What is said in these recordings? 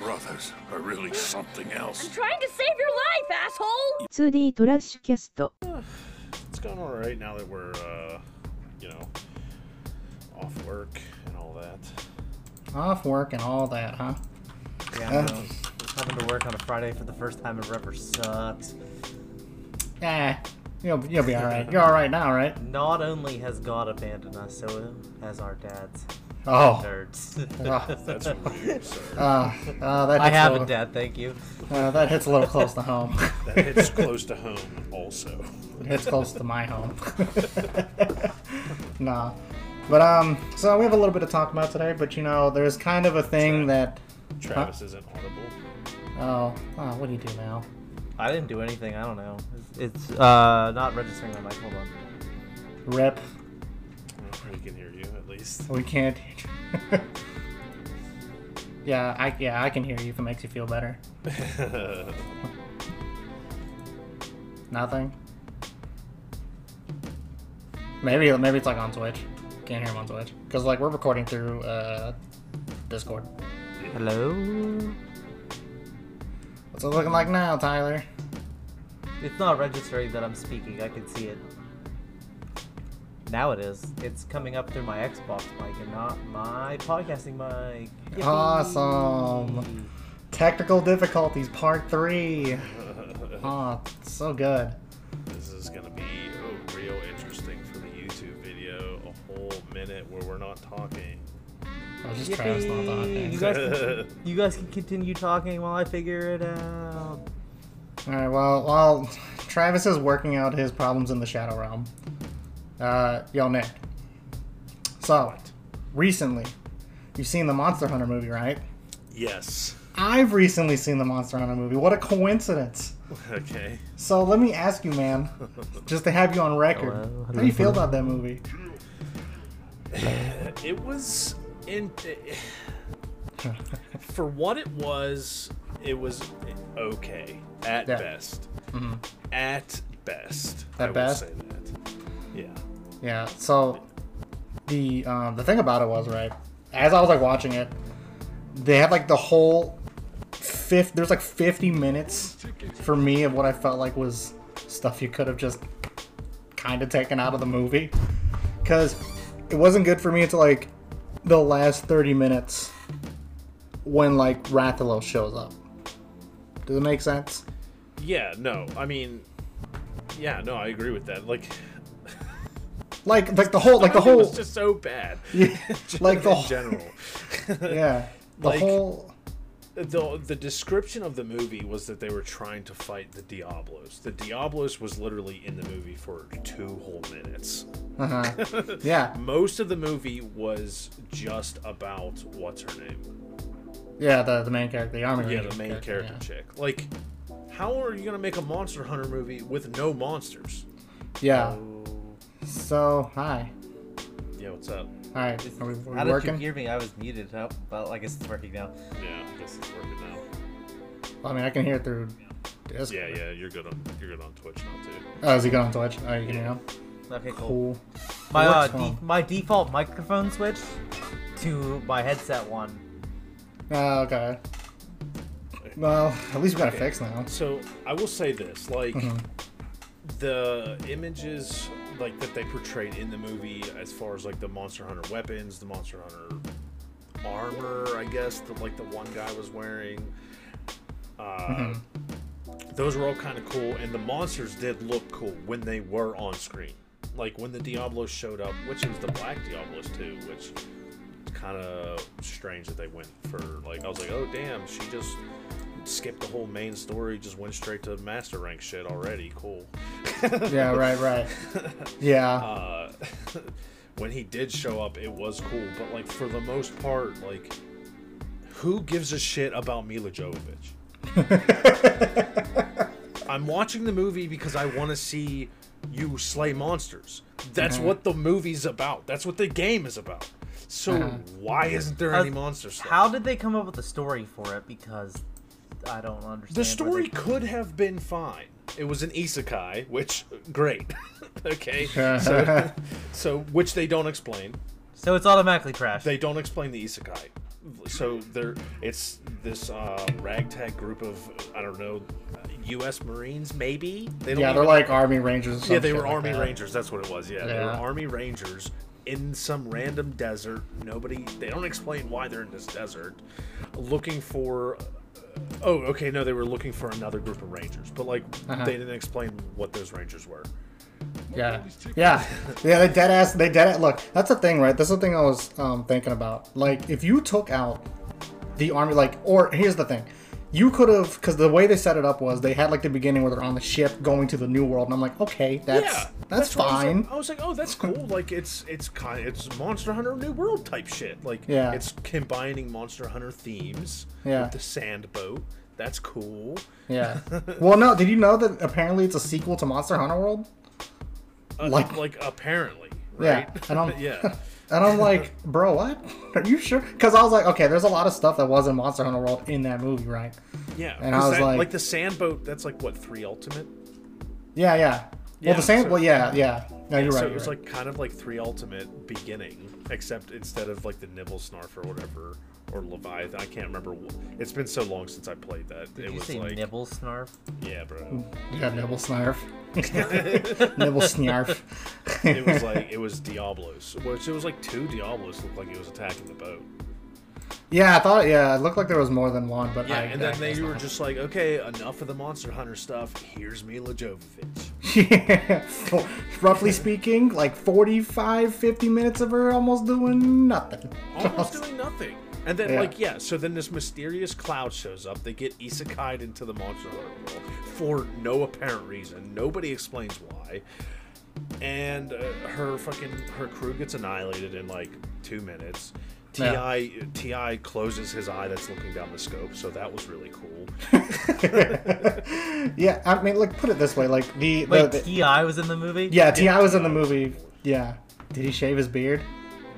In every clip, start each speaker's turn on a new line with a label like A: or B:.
A: Vaginas are really something else.
B: I'm trying to save your life, asshole!
C: 2D トラッシュキャスト
D: It's going all right now that we're, uh, you know, off work and all that.
E: Off work and all that, huh?
F: Yeah, I know. Having to work on a Friday for the first time in forever sucks.
E: Eh, you'll, you'll be all right. You're all right now, right?
F: Not only has God abandoned us, so has our dads.
E: Oh,
F: Nerds.
E: Oh.
D: That's weird, sir.
E: uh, uh, that hits
F: I have
E: a
F: a
E: little,
F: dad, thank you.
E: uh, that hits a little close to home.
D: That hits close to home, also.
E: It's close to my home. nah. But um so we have a little bit to talk about today, but you know, there's kind of a thing that
D: Travis isn't audible.
E: oh, oh what do you do now?
F: I didn't do anything, I don't know. It's, it's, uh, not registering my mic, hold on.
E: Rip.
D: We can hear you, at least.
E: We can't Yeah, I yeah, I can hear you if it makes you feel better. Nothing. Maybe maybe it's like on Twitch. Can't hear him on Twitch. Because like we're recording through uh Discord.
F: Hello?
E: What's it looking like now, Tyler?
F: It's not registering that I'm speaking, I can see it. Now it is. It's coming up through my Xbox mic and not my podcasting mic. Yippee.
E: Uh. Awesome. Technical difficulties, part three. Oh, so good.
D: This is going to be oh, real interesting for the YouTube video. A whole minute where we're not talking.
E: I was just trying to not
F: Yippee. You
E: talking.
F: guys, can, you guys can continue talking while I figure it out.
E: All right. Well, while Travis is working out his problems in the Shadow Realm, uh, yo Nick. So, recently, you've seen the Monster Hunter movie, right?
D: yes.
E: I've recently seen the Monster Hunter movie. What a coincidence!
D: Okay.
E: So let me ask you, man, just to have you on record,
F: Hello,
E: how
F: hello,
E: do you feel
F: hello.
E: about that movie?
D: It was in for what it was. It was okay at
E: Yeah. Mm-hmm.
D: best. At best.
E: At
D: I
E: best?
D: Would say that. Yeah.
E: Yeah. So the um, the thing about it was right as I was like watching it, they had like the whole fifth. There's like 50 minutes for me of what I felt like was stuff you could have just kind of taken out of the movie because it wasn't good for me until like the last 30 minutes when like Rathalos shows up. Does it make sense?
D: Yeah. No. I mean. Yeah. No. I agree with that. Like.
E: Like like the whole like the
D: it
E: whole
D: was just so bad.
E: like the
D: in
E: whole-
D: general.
E: yeah the
D: like-
E: whole
D: the the description of the movie was that they were trying to fight the Diablos. The Diablos was literally in the movie for two whole minutes.
E: uh-huh. yeah
D: Most of the movie was just about what's her name?
E: Yeah, the, the main character, the army.
D: Yeah,
E: ranger
D: the main character
E: yeah.
D: chick. Like, how are you gonna make a monster hunter movie with no monsters?
E: Yeah.
F: Oh.
E: So hi.
D: Yeah, what's up?
E: All right, are we, are we
F: How did you
E: working?
F: hear me? I was muted. Oh, well, I guess it's working now.
D: Yeah, I guess it's working now.
E: I mean, I can hear it through.
D: Yeah,
E: Discord.
D: yeah, you're good on you're good on Twitch now too.
E: Oh, is he going on Twitch? Oh, you can hear him.
F: Okay, cool.
E: Cool.
F: My, uh,
E: Works for
F: de-
E: him.
F: my default microphone switched to my headset one.
E: Oh, okay. Well, at least we got it
D: Okay.
E: fixed now.
D: So I will say this, like the images like that they portrayed in the movie as far as like the monster hunter weapons, the monster hunter armor, I guess, that like the one guy was wearing. Uh, Those were all kind of cool, and the monsters did look cool when they were on screen. Like when the Diablos showed up, which was the Black Diablos too, which kind of strange that they went for like I was like, oh damn, she just skipped the whole main story, just went straight to master rank shit already. Cool.
E: Yeah, right, right. Yeah.
D: Uh, when he did show up, it was cool, but like for the most part, like who gives a shit about Mila Jovovich? I'm watching the movie because I want to see you slay monsters. That's what the movie's about. That's what the game is about. So why isn't there
F: Uh,
D: any monster stuff?
F: How did they come up with a story for it? Because I don't understand.
D: The
F: where
D: story
F: they-
D: could have been fine. It was an isekai, which great. okay. So, so which they don't explain.
F: So it's automatically crashed.
D: They don't explain the isekai. so there it's this uh, ragtag group of I don't know U.S. Marines maybe they
E: Yeah, they're
D: even-
E: like army rangers. Or some
D: yeah they
E: shit
D: were
E: like
D: Army
E: that.
D: Rangers that's what it was yeah, they were
E: Yeah.
D: Army Rangers in some random desert nobody they don't explain why they're in this desert looking for oh okay no they were looking for another group of Rangers but like
E: Uh-huh.
D: they didn't explain what those Rangers were
E: Yeah, yeah, yeah. They dead ass. They dead. Ass, look, that's the thing, right? That's the thing I was um, thinking about. Like, if you took out the army, like, or here's the thing, you could have, because the way they set it up was they had like the beginning where they're on the ship going to the new world, and I'm like, okay, that's that's,
D: what I was
E: fine.
D: like- I was, like, oh, that's cool. Like it's it's kind it's Monster Hunter New World type shit. Like
E: Yeah.
D: it's combining Monster Hunter themes
E: Yeah.
D: with the sand boat. That's cool.
E: Yeah. well, no, did you know that apparently it's a sequel to Monster Hunter World?
D: Uh,
E: Like-
D: like, apparently,
E: Yeah,
D: right?
E: and I'm-
D: yeah.
E: And I'm like, bro, what? Are you sure? Because I was like, okay, there's a lot of stuff that was in Monster Hunter World in that movie, right?
D: Yeah.
E: And I
D: 'cause
E: was
D: that-
E: like-
D: the sand boat, that's like what, three ultimate?
E: Yeah, yeah.
D: Yeah,
E: well, the same.
D: so-
E: well, yeah, yeah. No, you're right.
D: so
E: you're
D: it was
E: right.
D: like kind of like three ultimate beginning, except instead of like the nibble snarf or whatever or Leviathan, I can't remember. wh- It's been so long since I played that.
F: Did
D: it
F: you
D: was
F: say
D: like
F: nibble snarf?
D: yeah, bro.
E: You got nibble snarf. nibble snarf.
D: it was like it was Diablos, which it was like two Diablos looked like it was attacking the boat.
E: yeah, I thought. Yeah, it looked like there was more than one, but
D: Yeah,
E: I,
D: and
E: I
D: then they
E: guess
D: were
E: not.
D: just like, okay, enough of the Monster Hunter stuff. Here's Mila Jovovich.
E: yeah, for- roughly speaking, like 45, 50 minutes of her almost doing nothing.
D: almost doing nothing. And then
E: Yeah.
D: like yeah, so then this mysterious cloud shows up. They get isekai'd into the monster hunter world for no apparent reason. Nobody explains why. And uh, her fucking her crew gets annihilated in like two minutes. Ti Ti closes his eye that's looking down the scope, so that was really cool.
E: yeah, I mean, look, put it this way, like the, the,
F: Wait,
E: the-
F: Ti was in the movie.
E: yeah, Ti was in the
D: T.I.
E: movie. Yeah, did he shave his beard?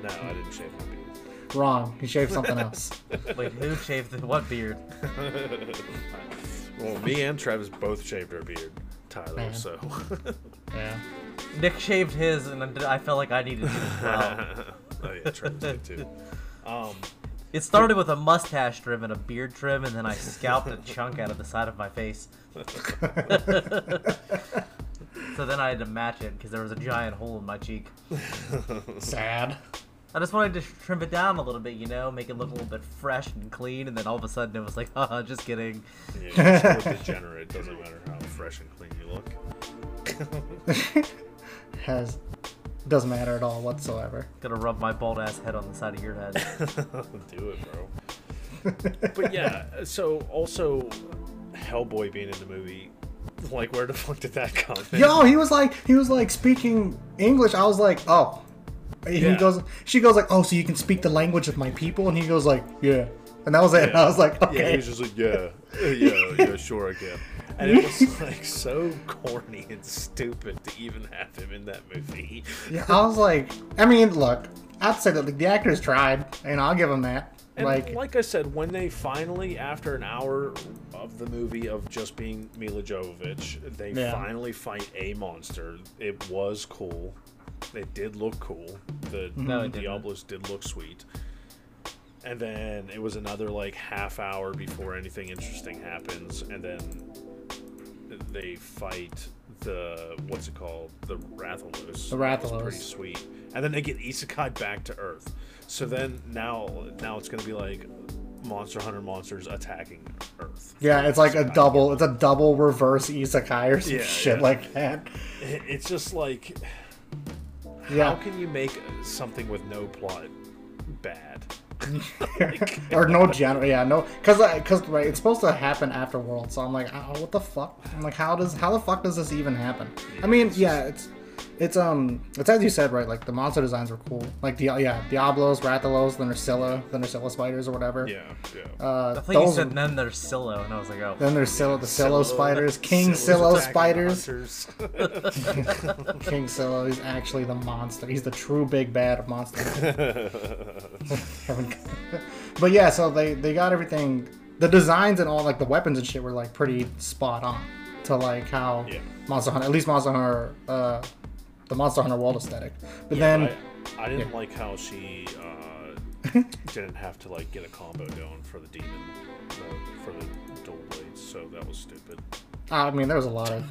D: No, I didn't shave my beard.
E: Wrong. He shaved something else.
F: Wait, who shaved the what beard?
D: Well, me and Travis both shaved our beard, Tyler.
E: Man.
D: So Oh,
E: yeah.
F: Nick shaved his, and then I felt like I needed to as well.
D: oh yeah, Travis did too. Um,
F: It started with a mustache trim and a beard trim, and then I scalped a chunk out of the side of my face. so then I had to match it because there was a giant hole in my cheek.
E: Sad.
F: I just wanted to trim it down a little bit, you know, make it look a little bit fresh and clean, and then all of a sudden it was like, haha, just kidding.
D: yeah, you're still a degenerate. Doesn't matter how fresh and clean you look.
E: Has doesn't matter at all whatsoever.
F: Gonna rub my bald ass head on the side of your head.
D: Do it, bro. but yeah, so also Hellboy being in the movie, like where the fuck did that come? in?
E: Yo, he was like, he was like speaking English. I was like, oh. He
D: Yeah.
E: goes, she goes like, oh, so you can speak the language of my people, and he goes like, yeah, and that was it. And I was like,
D: Yeah,
E: okay,
D: he was just like, yeah, uh, yeah, yeah, sure, I can. And it was like so corny and stupid to even have him in that movie.
E: Yeah, I was like, I mean, look, I'd say that like, the actors tried, and I'll give them that.
D: And
E: like,
D: like, I said, when they finally, after an hour of the movie of just being Mila Jovovich, they
E: Yeah.
D: finally fight a monster. It was cool. It did look cool. The
F: No, it didn't.
D: Diablos did look sweet. And then it was another like half hour before anything interesting happens, and then they fight the what's it called the Rathalos.
E: The
D: That was
E: Rathalos.
D: pretty sweet. And then they get isekai back to Earth. So then now now it's gonna be like Monster Hunter monsters attacking Earth.
E: yeah, it's like a
D: Isekai.
E: double, it's a double reverse isekai or some
D: Yeah,
E: shit
D: yeah.
E: like that.
D: It- It's just like how
E: Yeah,
D: can you make something with no plot bad?
E: or no general, yeah, no, because because right, it's supposed to happen after World, so I'm like, oh, what the fuck? I'm like, how does how the fuck does this even happen? I mean, yeah, it's. It's um, it's as you said, right? Like the monster designs were cool. Like the yeah, Diablos, Rathalos, the Narcilla, the Narcilla spiders or whatever.
D: Yeah, yeah.
E: Uh,
F: I think you
E: those-
F: said, then there's Silo, and I was like, oh.
E: Then there's Silo, the Silo
D: Scylla-
E: spiders, King
D: Scylla's
E: Silo
D: attacking
E: spiders.
D: monsters.
E: King Silo is actually the monster. He's the true big bad of monsters. but yeah, so they they got everything. The designs and all like the weapons and shit were like pretty spot on to like how
D: Yeah.
E: Monster Hunter, at least Monster Hunter, uh, the Monster Hunter world aesthetic. But
D: Yeah,
E: then
D: I, I didn't like how she uh, didn't have to like get a combo going for the demon uh, for the dual blades, so that was stupid.
E: I mean, there was a lot of.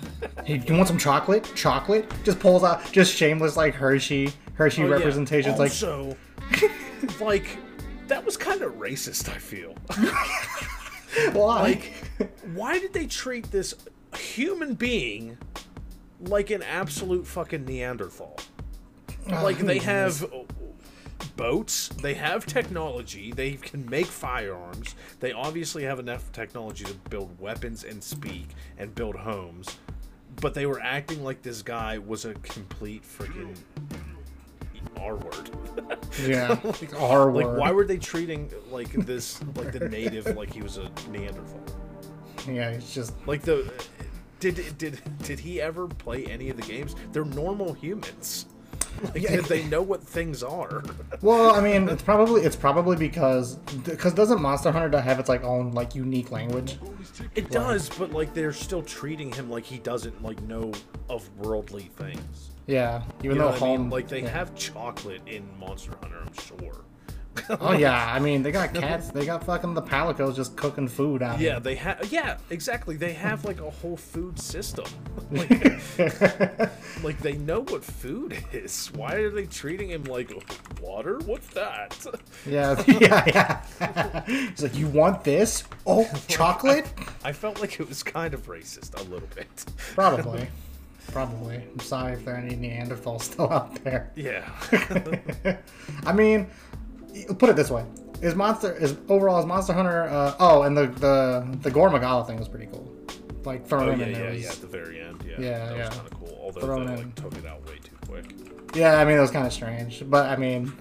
E: Hey, you want some chocolate? Chocolate? Just pulls out, just shameless like Hershey, Hershey
D: Oh, yeah.
E: representations. Like,
D: also, like that was kind of racist. I feel
E: why?
D: like why did they treat this human being like an absolute fucking Neanderthal? Like they have boats, they have technology, they can make firearms. They obviously have enough technology to build weapons and speak and build homes. But they were acting like this guy was a complete freaking R word.
E: yeah, our
D: Like,
E: word.
D: why were they treating like this, like the native, like he was a Neanderthal?
E: yeah, it's just
D: Like the did did did he ever play any of the games? They're normal humans. Like
E: Yeah.
D: they know what things are.
E: Well, I mean, it's probably it's probably because because doesn't Monster Hunter have its like own like unique language?
D: It does, but like they're still treating him like he doesn't like know of worldly things.
E: Yeah, even
D: You know
E: though
D: what I
E: home
D: mean? Like they
E: yeah.
D: have chocolate in Monster Hunter, I'm sure.
E: Oh yeah, I mean they got cats, they got fucking the palicos just cooking food out.
D: Yeah, they have. Yeah, exactly. They have like a whole food system. Like, like they know what food is. Why are they treating him like water? What's that?
E: yeah, yeah, yeah. He's like, you want this? Oh, chocolate?
D: I felt like it was kind of racist a little bit.
E: Probably, probably. I'm sorry if there are any Neanderthals still out there.
D: Yeah.
E: I mean, put it this way: is monster is overall is Monster Hunter? Uh, oh, and the the the Gormagala thing was pretty cool. Like throwing
D: oh
E: in
D: yeah,
E: there
D: yeah,
E: was-
D: yeah. At the very end, yeah.
E: Yeah,
D: that
E: yeah.
D: was kind of cool. Although
E: Thrown
D: they
E: in.
D: like took it out way too quick.
E: Yeah, I mean, it was kind of strange, but I mean,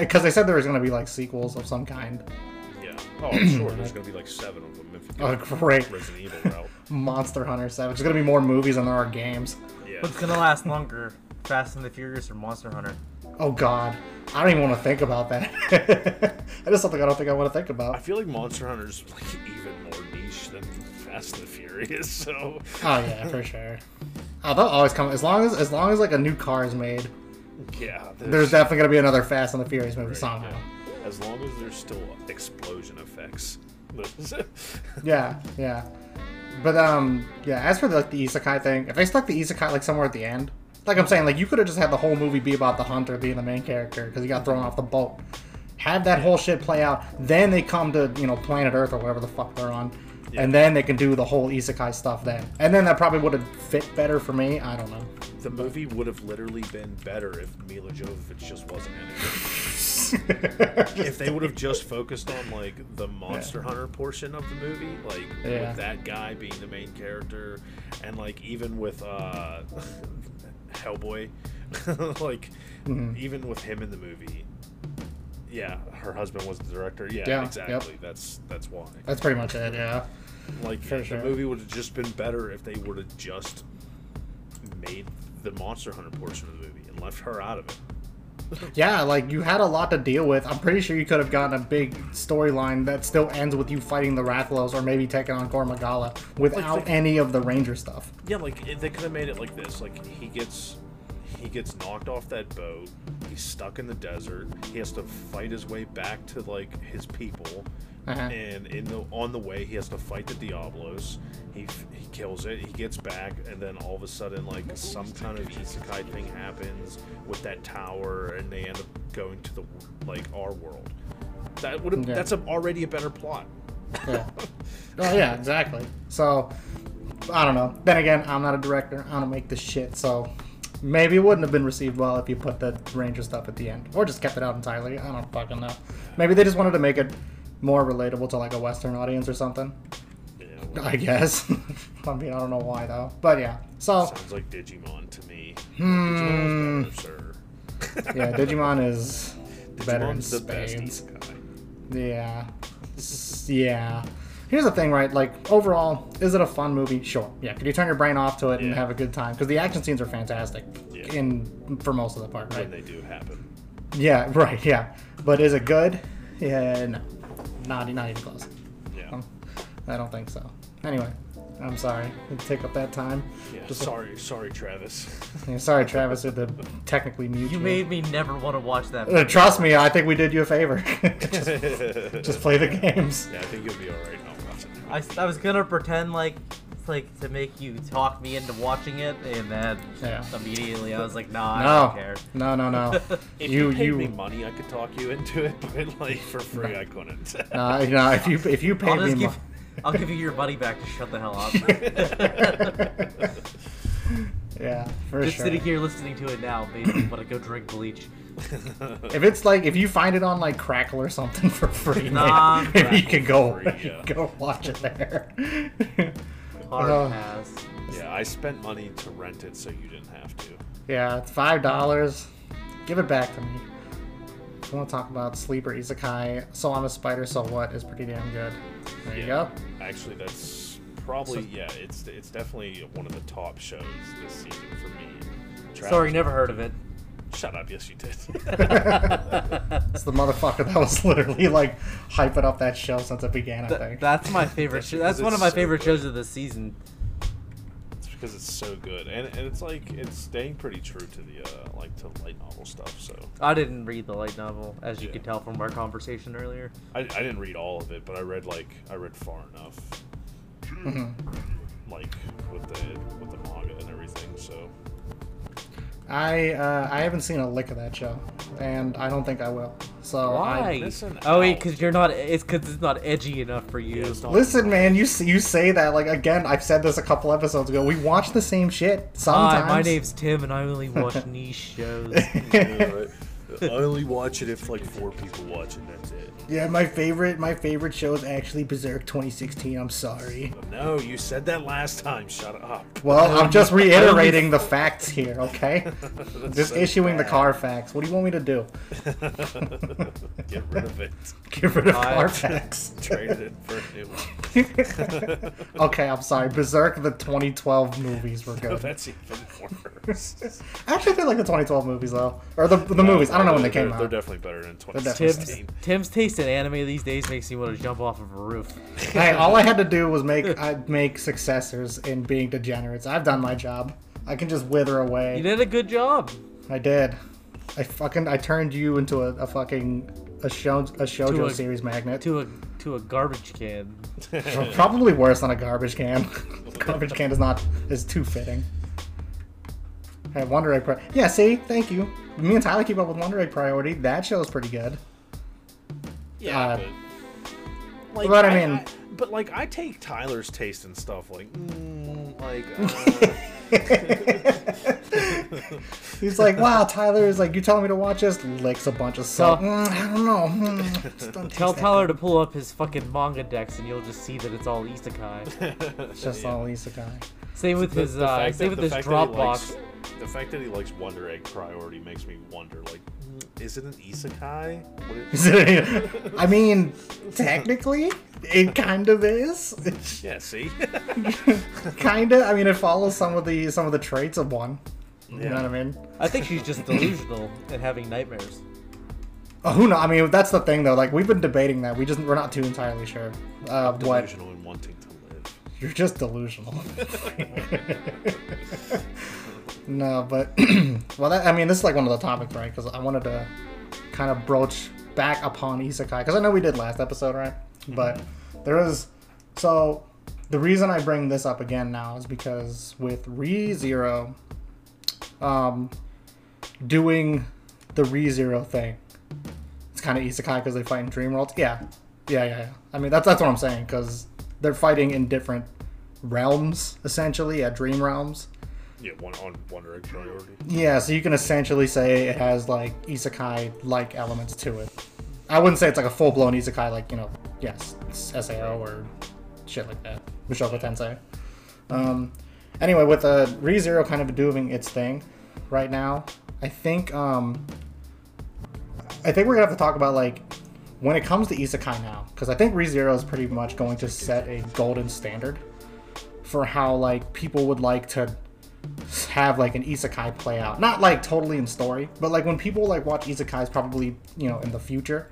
E: because they said there was going to be like sequels of some kind.
D: Yeah. Oh, I'm sure. There's gonna be like seven of them if you go
E: Oh, great.
D: the Resident Evil route.
E: Monster Hunter 7. There's going to be more movies than there are games.
D: Yeah.
F: What's gonna last longer, Fast and the Furious or Monster Hunter?
E: Oh, God. I don't even want to think about that. that is something I don't think I want to think
D: I
E: about.
D: feel like Monster Hunter's like even more niche than Fast and the Furious. So
E: Oh, yeah, for sure. Oh, they'll always come. As long as, as long as like a new car is made,
D: yeah,
E: there's definitely going to be another Fast and the Furious movie
D: Right,
E: somehow.
D: yeah. As long as there's still explosion effects.
E: Yeah, yeah. But um, yeah. As for like the isekai thing, if they stuck the isekai like somewhere at the end, like I'm saying, like you could have just had the whole movie be about the hunter being the main character because he got thrown off the boat. Have that whole shit play out, then they come to you know planet Earth or wherever the fuck they're on, and then they can do the whole isekai stuff then. And then that probably would have fit better for me. I don't know.
D: the movie would have literally been better if Mila Jovovich just wasn't in it. if they would have just focused on like the monster hunter portion of the movie like
E: Yeah.
D: with that guy being the main character and like even with uh hellboy like
E: Mm-hmm.
D: even with him in the movie yeah her husband was the director yeah,
E: Yeah, yep.
D: exactly that's that's why
E: That's pretty much it. Yeah.
D: like
E: for
D: the
E: sure.
D: movie would have just been better if they would have just made the monster hunter portion of the movie and left her out of it
E: Yeah, like you had a lot to deal with. I'm pretty sure you could have gotten a big storyline that still ends with you fighting the Rathalos or maybe taking on Gormagala without
D: Like the-
E: any of the Ranger stuff.
D: Yeah, like it- they could have made it like this. Like he gets he gets knocked off that boat. He's stuck in the desert. He has to fight his way back to like his people.
E: Uh-huh.
D: And in the on the way, he has to fight the Diablos. He, f- he kills it. He gets back, and then all of a sudden, like some kind of isekai thing happens with that tower, and they end up going to the like our world. That would have
E: Yeah.
D: that's a, already a better plot.
E: Yeah. oh yeah, exactly. So I don't know. Then again, I'm not a director. I don't make this shit, so maybe it wouldn't have been received well if you put the Ranger stuff at the end. Or just kept it out entirely. I don't fucking know. Maybe they just wanted to make it more relatable to like a Western audience or something.
D: You know,
E: I guess. I mean, I don't know why though. But yeah. So
D: sounds like Digimon to me. Digimon is better, sir.
E: Yeah, Digimon is better in
D: Digimon's the best
E: spades.
D: isekai.
E: Yeah. S- Yeah. Here's the thing, right? Like, overall, is it a fun movie? Sure. Yeah. Could you turn your brain off to it and
D: Yeah.
E: have a good time? Because the action scenes are fantastic,
D: Yeah.
E: in for most of the part,
D: When
E: right?
D: they do happen.
E: Yeah. Right. Yeah. But is it good? Yeah. No. Not not even close. Oh.
D: Yeah.
E: I don't think so. Anyway, I'm sorry to take up that time.
D: Yeah,
E: Just-
D: sorry, sorry, Travis.
E: Yeah, sorry, Travis, did the technically mute
F: You made me never want to watch that.
E: Uh, trust me, I think we did you a favor. just, just play the games.
D: Yeah, I think you'll be all right. I'll watch it.
F: I, I was gonna pretend like like to make you talk me into watching it, and then
E: Yeah.
F: immediately I was like, Nah, I don't
E: No,
F: care.
E: Oh. no, no, no.
D: If you,
E: you,
D: paid me
E: you,
D: money, I could talk you into it, but like for free, I couldn't.
E: uh, no. If you, if you paid
F: I'll
E: me,
F: just
E: mo-
F: give, I'll give you your money back to shut the hell up.
E: yeah, for
F: just
E: sure.
F: sitting here listening to it now made me want to go drink bleach.
E: If it's like, if you find it on like Crackle or something for free,
F: Nah,
E: man, maybe you can go,
D: for free, yeah.
E: go watch it there.
F: Hard
E: Oh.
F: pass.
D: yeah, I spent money to rent it, so you didn't have to.
E: yeah, it's five dollars. Give it back to me. I want to talk about Sleeper Isekai. So I'm a spider. So what is pretty damn good. There you go.
D: Actually, that's probably yeah. It's it's definitely one of the top shows this season for me. Travis-
F: Sorry, never heard of it.
D: Shut up. Yes, you did.
E: It's the motherfucker that was literally like hyping up that show since it began. I
F: Th-
E: think.
F: that's my favorite show. That's
D: It's
F: one of my
D: so
F: favorite
D: good.
F: shows of the season.
D: it's because it's so good, and, and it's like it's staying pretty true to the uh, like to light novel stuff. So
F: I didn't read the light novel, as you
D: Yeah.
F: could tell from our conversation earlier.
D: I, I didn't read all of it, but I read like I read far enough,
E: Mm-hmm.
D: like with the with the manga and everything. So
E: I uh, I haven't seen a lick of that show, and I don't think I will. So I,
F: Why?
D: missing
F: Oh wait,
D: out.
F: because you're not. It's because it's not edgy enough for you.
D: it's not-
E: listen, man, you s- you say that like again. I've said this a couple episodes ago. We watch the same shit sometimes.
F: Hi, my name's Tim, and I only watch niche shows.
D: I only watch it if like four people watch it. That's it.
E: yeah, my favorite my favorite show is actually Berserk 2016. I'm sorry.
D: No, you said that last time. Shut up.
E: Well, I'm just reiterating the facts here, okay? Just issuing the car facts. What do you want me to do?
D: Get rid of it.
E: Get rid of
F: I-
E: car facts.
D: Trade it for a new one.
E: okay, I'm sorry. Berserk, the 2012 movies were good.
D: That's even worse.
E: I actually feel like the 2012 movies though, or the the movies. I don't know when they
D: They're-
E: came out.
D: They're definitely better than
E: definitely
D: 2016.
F: Tim's, Tim's taste in anime these days makes me want to jump off of a roof.
E: hey, all I had to do was make I make successors in being degenerates. I've done my job. I can just wither away.
F: You did a good job.
E: I did. I fucking I turned you into a, a fucking a show a
F: To
E: shoujo
F: a-
E: series magnet.
F: To a to a garbage can.
E: Probably worse than a garbage can. garbage can is not is too fitting. Hey, Wonder Egg. Pri- yeah, see, thank you. Me and Tyler keep up with Wonder Egg Priority. That show is pretty good.
D: Yeah,
E: Uh,
D: but, like,
E: but I mean-
D: but like, I take Tyler's taste and stuff. Like, mm, like, uh,
E: He's like, wow, Tyler is like, you telling me to watch this? Licks a bunch of salt.
F: Tell-
E: Mm, I don't know. Mm, just don't
F: Tell
E: taste that
F: Tyler to pull up his fucking manga decks, and you'll just see that it's all isekai.
E: good. It's just all isekai.
F: Same with
D: the-
F: his
D: the
F: uh,
D: fact
F: same
D: that-
F: with
D: the
F: his
D: fact that he
F: Dropbox.
D: likes- The fact that he likes Wonder Egg Priority makes me wonder. Like, mm, is it an isekai? What is-
E: I mean, technically, it kind of is. It's
D: yeah, see.
E: kind of. I mean, it follows some of the some of the traits of one. You know what I mean?
F: I think she's just delusional and having nightmares.
E: Oh, who know? I mean, that's the thing though. Like we've been debating that. We just we're not too entirely sure. Uh, what
D: Delusional and wanting to live.
E: You're just delusional. no, but well, that, I mean, this is like one of the topics, right? Because I wanted to kind of broach back upon isekai because I know we did last episode, right? But there is so the reason I bring this up again now is because with ReZero, um, doing the ReZero thing, it's kind of isekai because they fight in dream worlds. Yeah, yeah, yeah. yeah. I mean, that's that's what I'm saying because they're fighting in different realms essentially, yeah, dream realms.
D: Yeah, one on Wonder Egg Priority.
E: Yeah, so you can essentially say it has like isekai like elements to it. I wouldn't say it's like a full blown isekai, like you know, yes, it's Sao or shit like that, Mushoku Tensei. Um, anyway, with uh, ReZero kind of doing its thing right now, I think um, I think we're gonna have to talk about like when it comes to isekai now, because I think ReZero is pretty much going to set a golden standard for how like people would like to have like an isekai play out. Not like totally in story, but like when people like watch isekais probably, you know, in the future,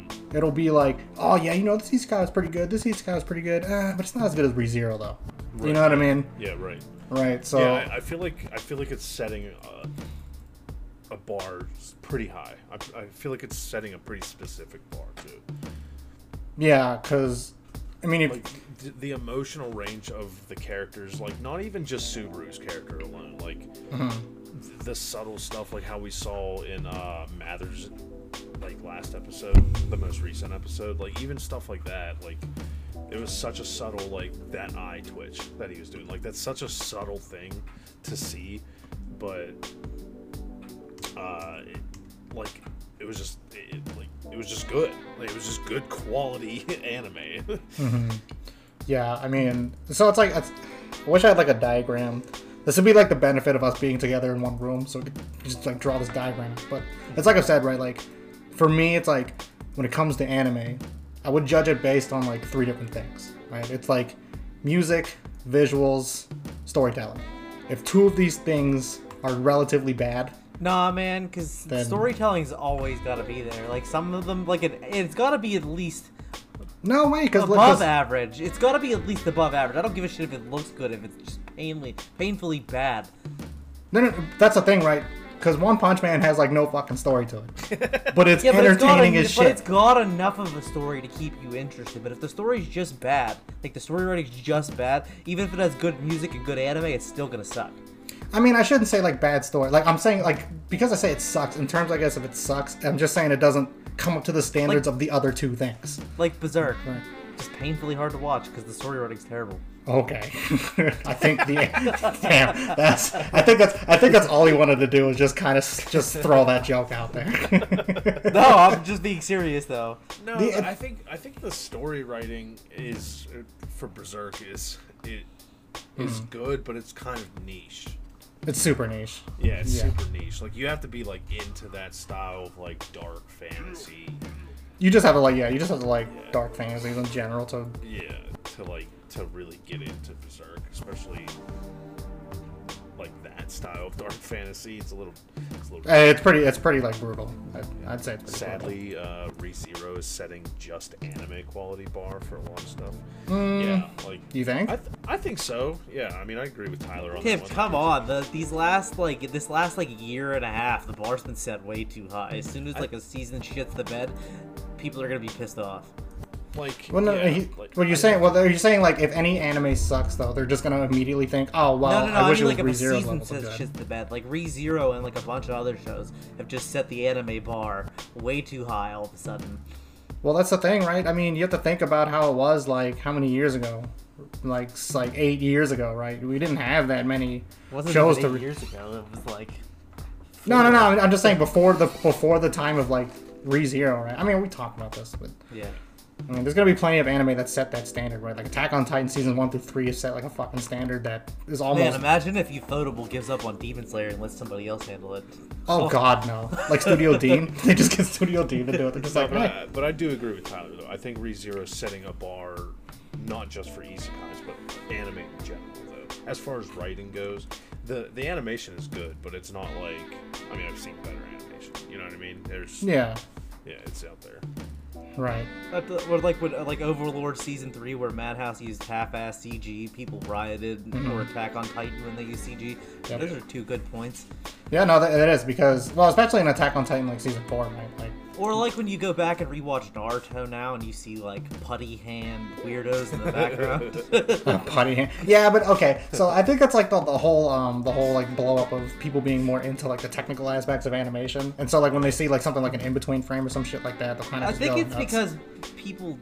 E: eh, it'll be like, oh yeah, you know, this isekai is pretty good, this isekai is pretty good, uh, but it's not as good as ReZero though. You know what I mean?
D: Yeah, right.
E: Right. So
D: yeah, I, I feel like I feel like it's setting uh, a bar s- pretty high. I, I feel like it's setting a pretty specific bar too.
E: yeah, because I mean, if,
D: Like th- the emotional range of the characters, like not even just Subaru's character alone, like th- the subtle stuff, like how we saw in uh, Mather's like last episode, the most recent episode, like even stuff like that, like. It was such a subtle, like that eye twitch that he was doing. Like that's such a subtle thing to see, but uh, it, like it was just it, it- like it was just good. Like, it was just good quality anime.
E: yeah, I mean, so it's like it's, I wish I had like a diagram. This would be like the benefit of us being together in one room, so we could just like draw this diagram. But it's like I said, right? Like for me, it's like when it comes to anime, I would judge it based on like three different things, right? It's like music, visuals, storytelling. If two of these things are relatively bad,
F: Nah, man, because
E: Then-
F: storytelling's always got to be there. Like some of them, like it, it's got to be at least
E: no way, because
F: above average. It's got to be at least above average. I don't give a shit if it looks good, if it's just painfully, painfully bad.
E: No, no, that's the thing, right? Because One Punch Man has like no fucking story to it, but it's
F: Yeah, but it's, got
E: entertaining
F: en-
E: as
F: but it's
E: shit.
F: got enough of a story to keep you interested. But if the story's just bad, like the story writing's just bad, even if it has good music and good anime, it's still gonna suck.
E: I mean, I shouldn't say like bad story. Like I'm saying, like because I say it sucks. In terms, I guess, if it sucks, I'm just saying it doesn't come up to the standards
F: Like-
E: of the other two things.
F: Like Berserk, just painfully hard to watch because the story writing's terrible.
E: Okay, I think the damn that's. I think that's. I think that's all he wanted to do was just kind of just throw that joke out there.
F: No, I'm just being serious though.
D: no,
E: The-
D: I think I think the story writing is uh, for Berserk is it is good, but it's kind of niche.
E: it's super niche.
D: Yeah, it's
E: Yeah.
D: super niche. Like you have to be like into that style of like dark fantasy.
E: You just have to like yeah. You just have to like dark fantasies in general to
D: Yeah, to like to really get into Berserk, especially like that style of dark fantasy. It's a little, it's a little.
E: Uh, It's pretty. It's pretty like brutal. I, I'd say it's pretty
D: Sadly, uh, ReZero is setting just anime quality bar for a lot of stuff. Yeah, like
E: brutal. You think?
D: I, th- I think so. Yeah, I mean, I agree with Tyler on
F: Tim,
D: that. one.
F: come on. The, these last like this last like year and a half, the bar's been set way too high. As soon as like a season shits the bed, people are gonna be pissed off.
D: Like,
E: well, no.
D: yeah,
E: he,
D: like,
E: what you're
D: I-
E: saying? Well, are you saying like if any anime sucks though, they're just gonna immediately think, oh well,
F: no, no, no.
E: I
F: I,
E: wish
F: mean, like,
E: it
F: if a
E: was ReZero
F: season
E: level.
F: says
E: Good.
F: shit's the bed, like ReZero and like a bunch of other shows have just set the anime bar way too high all of a sudden.
E: Well, that's the thing, right? I mean, you have to think about how it was like how many years ago, like s- like eight years ago, right? We didn't have that many
F: Wasn't
E: shows
F: it
E: to.
F: eight
E: Re-
F: years ago? It was like
E: no, no, no. I'm I'm just saying before the before the time of like ReZero, right? I mean, we talked about this, but
F: yeah.
E: I mean, there's gonna be plenty of anime that set that standard, right? Like Attack on Titan season one through three is set like a fucking standard that is
F: Man,
E: almost.
F: imagine if Ufotable gives up on Demon Slayer and lets somebody else handle it.
E: oh god, no! Like Studio Dean, they just get Studio Dean to do it. They're just like,
D: but,
E: "Hey."
D: I, but I do agree with Tyler though. I think ReZero is setting a bar, not just for isekais, but anime in general. Though, as far as writing goes, the the animation is good, but it's not like. I mean, I've seen better animation. You know what I mean? There's yeah,
E: yeah,
D: it's out there.
E: right.
F: But, uh, Or like when, uh, like Overlord season three, where Madhouse used half-ass CG, people rioted, or Attack on Titan when they used CG.
E: Yep.
F: Those are two good points.
E: Yeah, no, that, that is because well, especially in Attack on Titan, like season four, right? Like,
F: Or like when you go back and rewatch Naruto now, and you see like putty hand weirdos in the background.
E: putty hand. Yeah, but okay. So I think that's like the, the whole um the whole like blow up of people being more into like the technical aspects of animation, and so like when they see like something like an in between frame or some shit like that, they'll kind of.
F: I
E: just
F: think
E: go
F: it's
E: nuts.
F: because people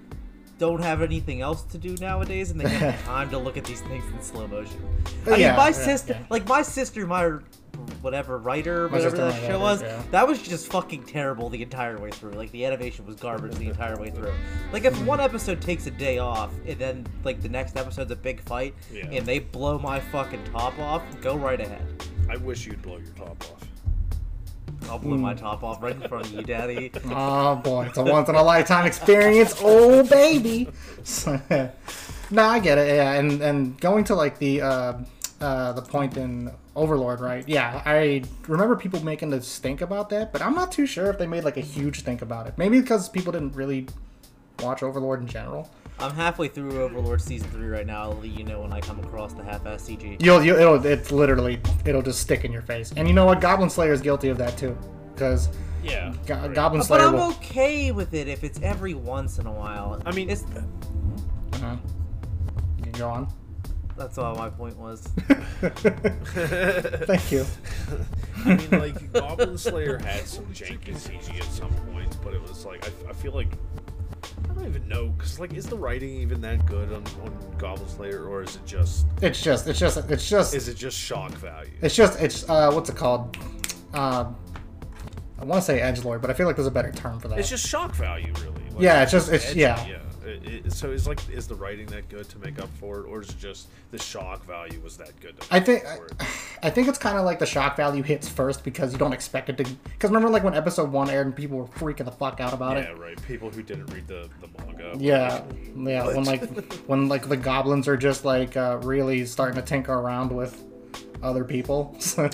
F: don't have anything else to do nowadays, and they have the time to look at these things in slow motion. I mean,
E: Yeah,
F: my
E: yeah,
F: sister,
E: yeah.
F: like my sister, my whatever writer,
E: My
F: whatever
E: sister,
F: that
E: my
F: show
E: writer,
F: was,
E: yeah.
F: that was just fucking terrible the entire way through. Like the animation was garbage the entire way through. Like if one episode takes a day off, and then like the next episode's a big fight,
D: Yeah.
F: and they blow my fucking top off, go right ahead.
D: I wish you'd blow your top off.
F: I'll blow
E: Mm.
F: my top off right in front of you, daddy.
E: Oh boy, it's a once in a lifetime experience. Oh baby. no, I get it. Yeah, and and going to like the uh, uh, the point in Overlord, right? Yeah, I remember people making this think about that, but I'm not too sure if they made like a huge think about it. Maybe because people didn't really watch Overlord in general.
F: I'm halfway through Overlord season three right now. I'll let you know when I come across the half-ass CG.
E: You'll, you'll it'll it's literally it'll just stick in your face. And you know what? Goblin Slayer is guilty of that too, because
D: Yeah. right.
E: Goblin
F: But
E: Slayer.
F: I'm
E: will,
F: okay with it if it's every once in a while.
D: I mean,
F: it's,
E: Uh-huh. You can go on.
F: that's all my point was.
E: Thank you.
D: I mean, like Goblin Slayer had some janky CG at some points, but it was like I, I feel like I don't even know because like is the writing even that good on, on Goblin Slayer or is it just
E: It's just it's just it's just
D: is it just shock value?
E: it's just it's uh what's it called? Um, I want to say edge lord, but I feel like there's a better term for that.
D: It's just shock value, really. Like,
E: Yeah, it's just- it's-
D: edgy,
E: yeah.
D: yeah. It- it- so it's like is the writing that good to make up for it, or is it just the shock value was that good? To make
E: I think
D: up for it?
E: I think it's kind of like the shock value hits first because you don't expect it to. Because remember, like when episode one aired and people were freaking the fuck out about
D: yeah,
E: it.
D: right. People who didn't read the the manga.
E: Yeah, yeah. When like when like the goblins are just like uh, really starting to tinker around with other people. So-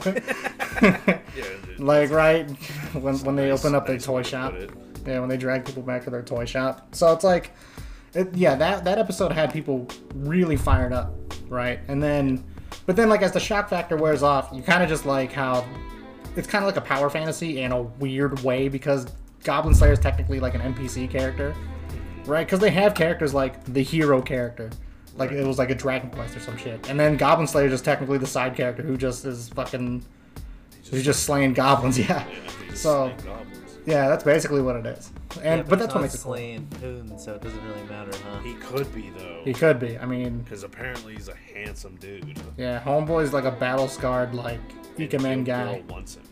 D: yeah, it-
E: like right when when they
D: nice-
E: open up their
D: nice
E: toy
D: way to
E: shop.
D: put it.
E: Yeah, when they drag people back to their toy shop. So it's like, it, yeah, that that episode had people really fired up, right? And then, but then like as the shock factor wears off, you kind of just like how it's kind of like a power fantasy in a weird way because Goblin Slayer is technically like an NPC character, right? Because they have characters like the hero character. Like it was like a Dragon Quest or some shit, and then Goblin Slayer is technically the side character who just is fucking, who's just slaying goblins. Yeah,
D: These
E: so
D: snake goblins.
E: yeah, that's basically what it is. And
F: Yeah,
E: but, that's
F: it's
E: what
F: not
E: makes it cool.
F: slaying Hoon, so it doesn't really matter, huh?
D: He could be though,
E: He could be. I mean,
D: because apparently he's a handsome dude.
E: yeah, homeboy's like a battle scarred like Ika man
D: And Gil
E: guy.
D: Girl wants him.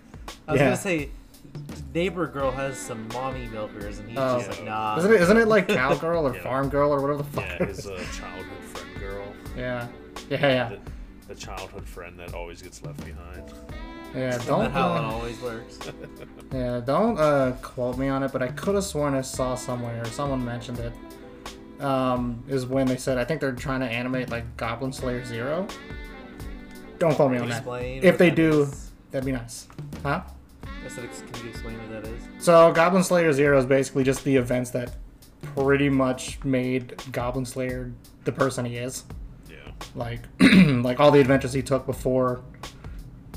F: I was
E: Yeah.
F: gonna say, neighbor girl has some mommy milkers, and he's
E: Oh.
F: just like, nah.
E: Isn't it? Isn't it like cowgirl or
D: Yeah.
E: farm girl or whatever the
D: Yeah,
E: fuck?
D: his uh, childhood friend girl,
E: Yeah, yeah, yeah,
D: the, the childhood friend that always gets left behind.
E: yeah. yeah
F: Isn't
E: don't
F: that how it
E: uh,
F: always works?
E: yeah don't uh, quote me on it, but I could have sworn I saw somewhere or someone mentioned it. Um, is when they said I think they're trying to animate like Goblin Slayer Zero. Don't quote me on that.
F: Explain
E: If
F: what
E: they
F: that
E: do,
F: is.
E: that'd be nice, huh?
F: I said, "Ex- can you explain what that is?
E: So Goblin Slayer Zero is basically just the events that pretty much made Goblin Slayer the person he is.
D: Yeah,
E: Like like all the adventures he took before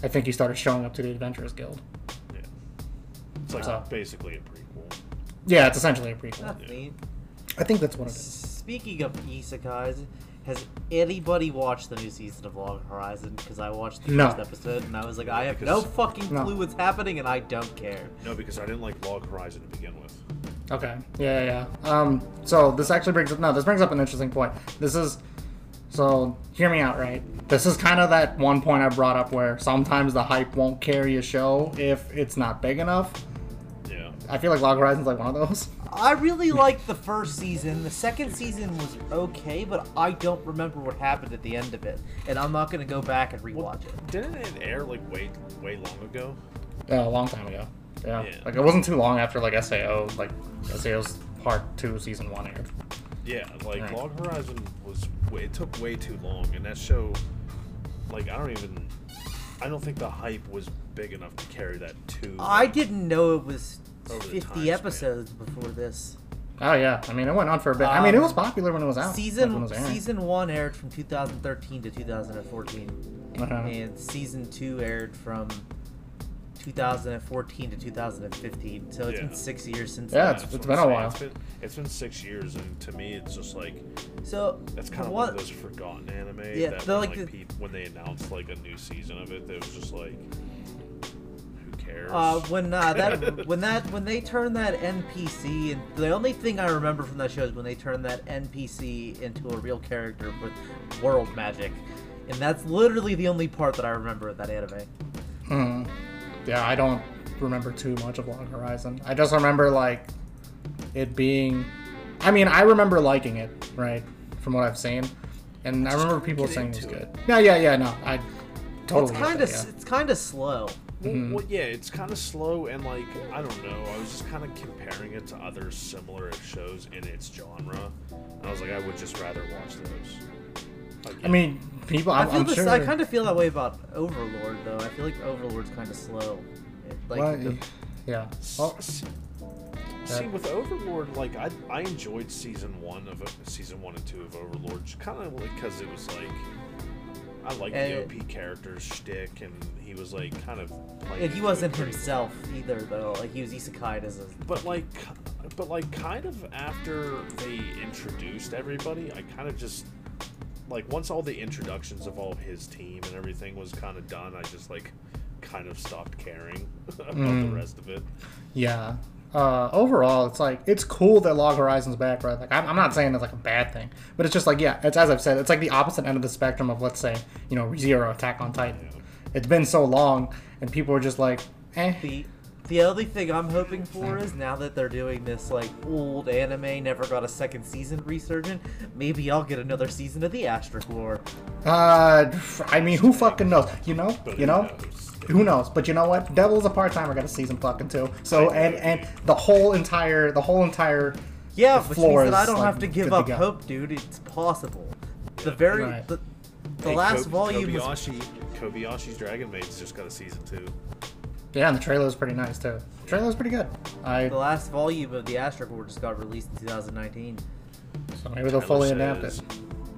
E: I think he started showing up to the Adventurers Guild.
D: yeah. It's like
E: So-
D: basically a prequel.
E: Yeah, it's essentially a prequel.
F: That's neat.
E: I think that's what it is.
F: Speaking of isekais, has anybody watched the new season of Log Horizon? Because I watched the
E: No.
F: first episode and I was like, I have no
D: because-
F: fucking
E: No.
F: clue what's happening and I don't care.
D: No, because I didn't like Log Horizon to begin with.
E: Okay. Yeah, yeah, yeah. Um so this actually brings up no, this brings up an interesting point. This is so hear me out, right? This is kind of that one point I brought up where sometimes the hype won't carry a show if it's not big enough.
D: Yeah,
E: I feel like Log Horizon's like one of those.
F: I really liked the first season. The second season was okay, but I don't remember what happened at the end of it. And I'm not going to go back and rewatch it.
D: didn't it air like way way long ago?
E: Yeah, a long time ago. Yeah.
D: Yeah.
E: Like it wasn't too long after like SAO, like SAO's part two, season one aired.
D: Yeah, like
E: Right.
D: Log Horizon was way, it took way too long, and that show, like I don't even, I don't think the hype was big enough to carry that too.
F: I didn't know it was
D: Over the
F: 50
D: time span.
F: episodes before this.
E: Oh yeah. I mean it went on for a bit. I mean it
F: Um,
E: was popular when it was out. like, when
F: Season
E: it was airing.
F: season 1 aired from 2013 to 2014.
E: Uh-huh.
F: and season two aired from 2014 to 2015. So it's
D: Yeah.
F: been six years since.
E: Yeah,
F: then.
E: it's-
D: that's
E: it's
D: what
E: been a
D: I'm
E: while.
D: saying. It's been, it's been six years, and to me, it's just like
F: So
D: that's kind of one
F: what?
D: of those forgotten anime.
F: Yeah,
D: that
F: they're
D: when,
F: like
D: like,
F: the-
D: peop- when they announced like a new season of it, it was just like, who cares?
F: Uh, when uh, that when that when they turned that NPC and the only thing I remember from that show is when they turned that NPC into a real character with world magic, and that's literally the only part that I remember of that anime.
E: Yeah, I don't remember too much of Long Horizon. I just remember like it being I mean, I remember liking it, right? From what I've seen. And I remember people
D: get
E: saying it was
D: into
E: good.
D: it.
E: No, yeah, yeah, no. I totally
F: It's
E: get
F: kind
E: that,
F: of
E: yeah.
F: it's kind of slow.
D: Well,
E: Mm-hmm.
D: well, yeah, it's kind of slow, and like I don't know. I was just kind of comparing it to other similar shows in its genre. And I was like, I would just rather watch those. Like,
E: I mean, people I'm,
F: I feel
E: I'm
F: this,
E: sure
F: I kind of feel that way about Overlord though. I feel like Overlord's kind of slow. It- Like
E: Well,
F: the-
E: yeah.
D: s-
E: Well,
D: s-
E: that.
D: See, with Overlord, like I, I enjoyed season one of season one and two of Overlord, just kind of because it was like I like the
F: And-
D: OP character's shtick, and he was like kind of. playing
F: And
D: into
F: he
D: it
F: wasn't
D: pretty-
F: himself either, though. Like he was isekai as a.
D: But like, but like, kind of after they introduced everybody, I kind of just like once all the introductions of all of his team and everything was kind of done, I just like kind of stopped caring about
F: Mm.
D: the rest of it.
E: Yeah. Uh, overall, it's like it's cool that Log Horizon's back, right? Like I'm, I'm not saying it's like a bad thing, but it's just like yeah, it's as I've said, it's like the opposite end of the spectrum of let's say you know Zero Attack on Titan. It's been so long, and people are just like, eh.
F: The the only thing I'm hoping for
E: Hmm.
F: is now that they're doing this like old anime never got a second season resurgent, maybe I'll get another season of the Astro War.
E: Uh, I mean, who fucking knows? You know,
D: But who
E: you know,
D: knows?
E: who knows? But you know what? Devil's a part timer. Got a season fucking two. So and and the whole entire the whole entire
F: Yeah,
E: The
F: which
E: floor
F: means that I
E: is,
F: don't
E: like,
F: have to
E: good
F: give
E: to
F: up
E: go.
F: hope, dude. It's possible. The very
E: Right.
F: the, the
D: Hey,
F: last
D: Ko-
F: volume was
D: Kobayashi, Kobayashi's Dragon Maid's just got a season two.
E: yeah, and the trailer is pretty nice too. The trailer is pretty good. I
F: the last volume of the Astro War just got released in 2019.
E: so maybe they'll fully
D: Tyler
E: adapt it.
D: says,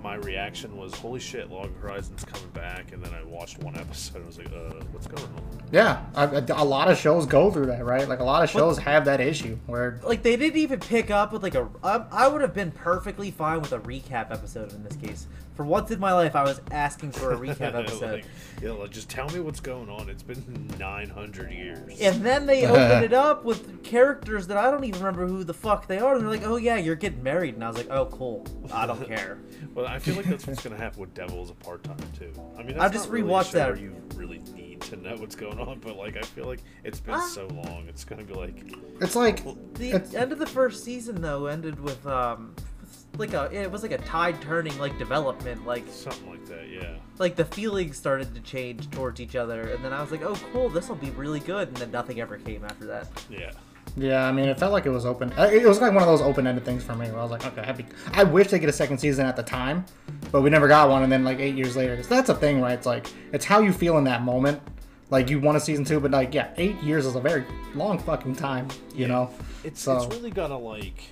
D: My reaction was, "Holy shit, Log Horizon's coming back!" And then I watched one episode and I was like, "Uh, what's going on?"
E: Yeah, I, a a lot of shows go through that, right? Like a lot of shows have that issue where
F: Like they didn't even pick up with like a. I, I would have been perfectly fine with a recap episode in this case. For once in my life, I was asking for a recap episode.
D: like, yeah, like, just tell me what's going on. It's been 900 years.
F: And then they open it up with characters that I don't even remember who the fuck they are. And they're like, "Oh yeah, you're getting married," and I was like, "Oh cool, I don't care."
D: Well, I feel like that's what's gonna happen with Devil as a part time too. I mean, that's
F: I just
D: not really a
F: rewatched
D: show
F: that.
D: Where you really need to know what's going on, but like, I feel like it's been
F: Ah.
D: so long. It's gonna be like,
E: it's like
F: The
E: It's-
F: end of the first season though ended with um, like a it was like a tide turning like development like
D: something like that. Yeah.
F: like the feelings started to change towards each other and then I was like, "Oh cool, this will be really good," and then nothing ever came after that.
D: Yeah.
E: yeah, I mean, it felt like it was open. uh, It was like one of those open-ended things for me where I was like, okay, happy. I wish they get a second season at the time, but we never got one. And then like eight years later, 'cause that's a thing, right? It's like it's how you feel in that moment. Like you want a season two, but like yeah, eight years is a very long fucking time, you know.
D: It's
E: So-
D: it's really gotta like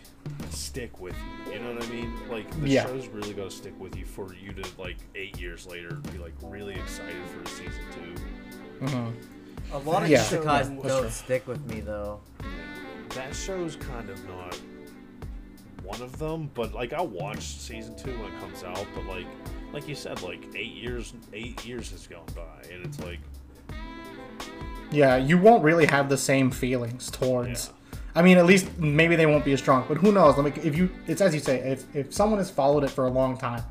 D: stick with you. You know what I mean? Like the
E: Yeah.
D: show's really gotta stick with you for you to like eight years later be like really excited for season two.
F: A lot of
E: Yeah.
F: isekais
E: That's
F: don't
E: true.
F: stick with me though.
D: That show's kind of not one of them, but like I'll watch season two when it comes out. But like like you said, like eight years eight years has gone by, and it's like
E: Yeah, you won't really have the same feelings towards. I mean, at least maybe they won't be as strong, but who knows? Like, if you, it's as you say, if if someone has followed it for a long time,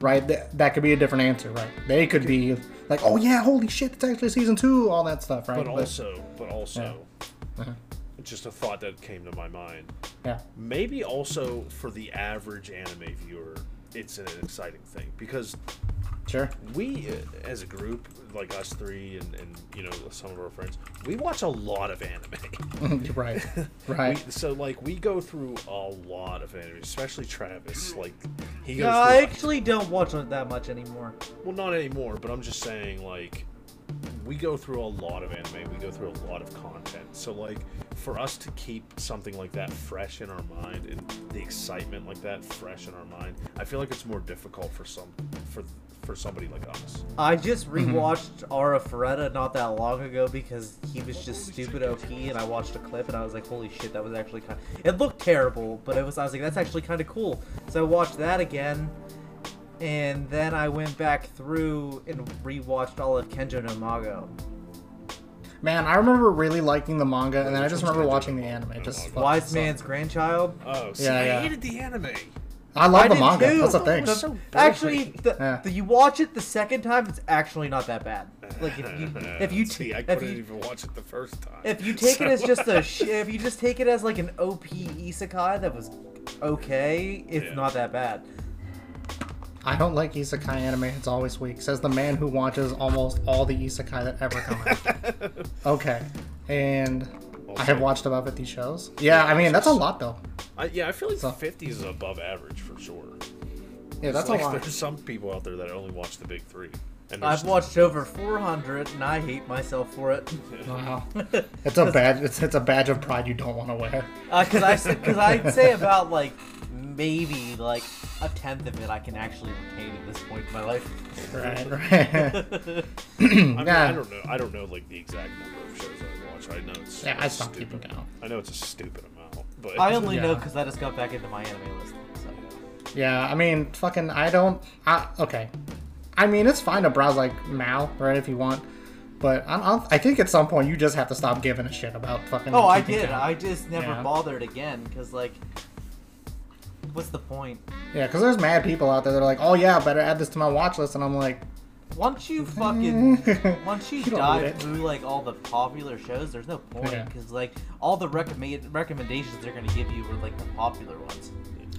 E: right? Th- that could be a different answer, right? They could be like, oh yeah, holy shit, it's actually season two, all that stuff, right?
D: but also but also
E: Uh-huh.
D: it's just a thought that came to my mind.
E: yeah,
D: maybe also for the average anime viewer it's an exciting thing because
E: sure,
D: we uh, as a group like us three and, and you know some of our friends we watch a lot of anime
E: You're right, right.
D: so like we go through a lot of anime especially travis like he goes
F: Yeah, I
D: through,
F: actually don't watch it that much anymore.
D: well not anymore but i'm just saying like we go through a lot of anime we go through a lot of content so like for us to keep something like that fresh in our mind and the excitement like that fresh in our mind i feel like it's more difficult for some for for somebody like us
F: I just
E: Mm-hmm.
F: rewatched Ara Ferretta not that long ago because he was just stupid OP, and I watched a clip and I was like, "Holy shit, that was actually kind." Of... It looked terrible, but it was. I was like, "That's actually kind of cool." So I watched that again, and then I went back through and rewatched all of Kenjo no Mago.
E: Man, I remember really liking the manga, and then I
D: Which
E: just
D: one's
E: remember
D: Kenjo
E: watching
D: no
E: the anime. It Just
D: Mago?
E: fucking
F: Wise
E: sucked.
F: Man's Grandchild.
D: oh see,
E: Yeah, yeah.
D: i hated the anime
E: I love
F: I
E: the
F: did
E: manga.
F: too.
E: That's the thing.
D: That's so-
F: Actually, the,
E: Yeah.
F: the, you watch it the second time, it's actually not that bad. Like if you if you
D: Uh-huh. see i
F: if
D: couldn't
F: you,
D: even watch it the first time
F: if you take
D: So-
F: it as just a sh- if you just take it as like an OP isekai that was okay, it's
D: Yeah.
F: not that bad.
E: I don't like isekai anime. It's always weak. Says the man who watches almost all the isekai that ever come out. okay, and I have
D: Also-
E: watched about 50 shows. Yeah, I mean that's a lot though.
D: I, yeah i feel like 50 is above average for sure
E: Yeah, that's
D: like
E: a lot.
D: there's some people out there that only watch the big three And
F: I've
D: there's-
F: watched over 400 and I hate myself for it.
E: Wow, it's a badge. It's, it's a badge of pride you don't want to wear.
F: Because Uh, I because I'd say about like maybe like a tenth of it I can actually retain at this point in my life.
E: Right, right.
D: I, mean,
E: Yeah.
D: I don't know. I don't know like the exact number of shows I watch. I know it's
E: yeah, I
D: it's
E: stopped keeping
D: stupid.
E: count.
D: I know it's a stupid amount, but
F: I only know 'cause know
E: Yeah.
F: because I just got back into my anime list. So
E: Yeah, I mean, fucking, I don't. I okay. I mean, it's fine to browse like Mal, right, if you want. But I, don't- I think at some point you just have to stop giving a shit about fucking.
F: oh, I
E: keeping
F: did.
E: count.
F: I just never
E: Yeah.
F: bothered again because like, what's the point?
E: Yeah, because there's mad people out there that are like, oh yeah, I better add this to my watch list, and I'm like,
F: Once you fucking once you,
E: You don't need
F: dive
E: it.
F: through like all the popular shows, there's no point
E: Yeah.
F: because like all the recommend recommendations they're gonna give you were like the popular ones.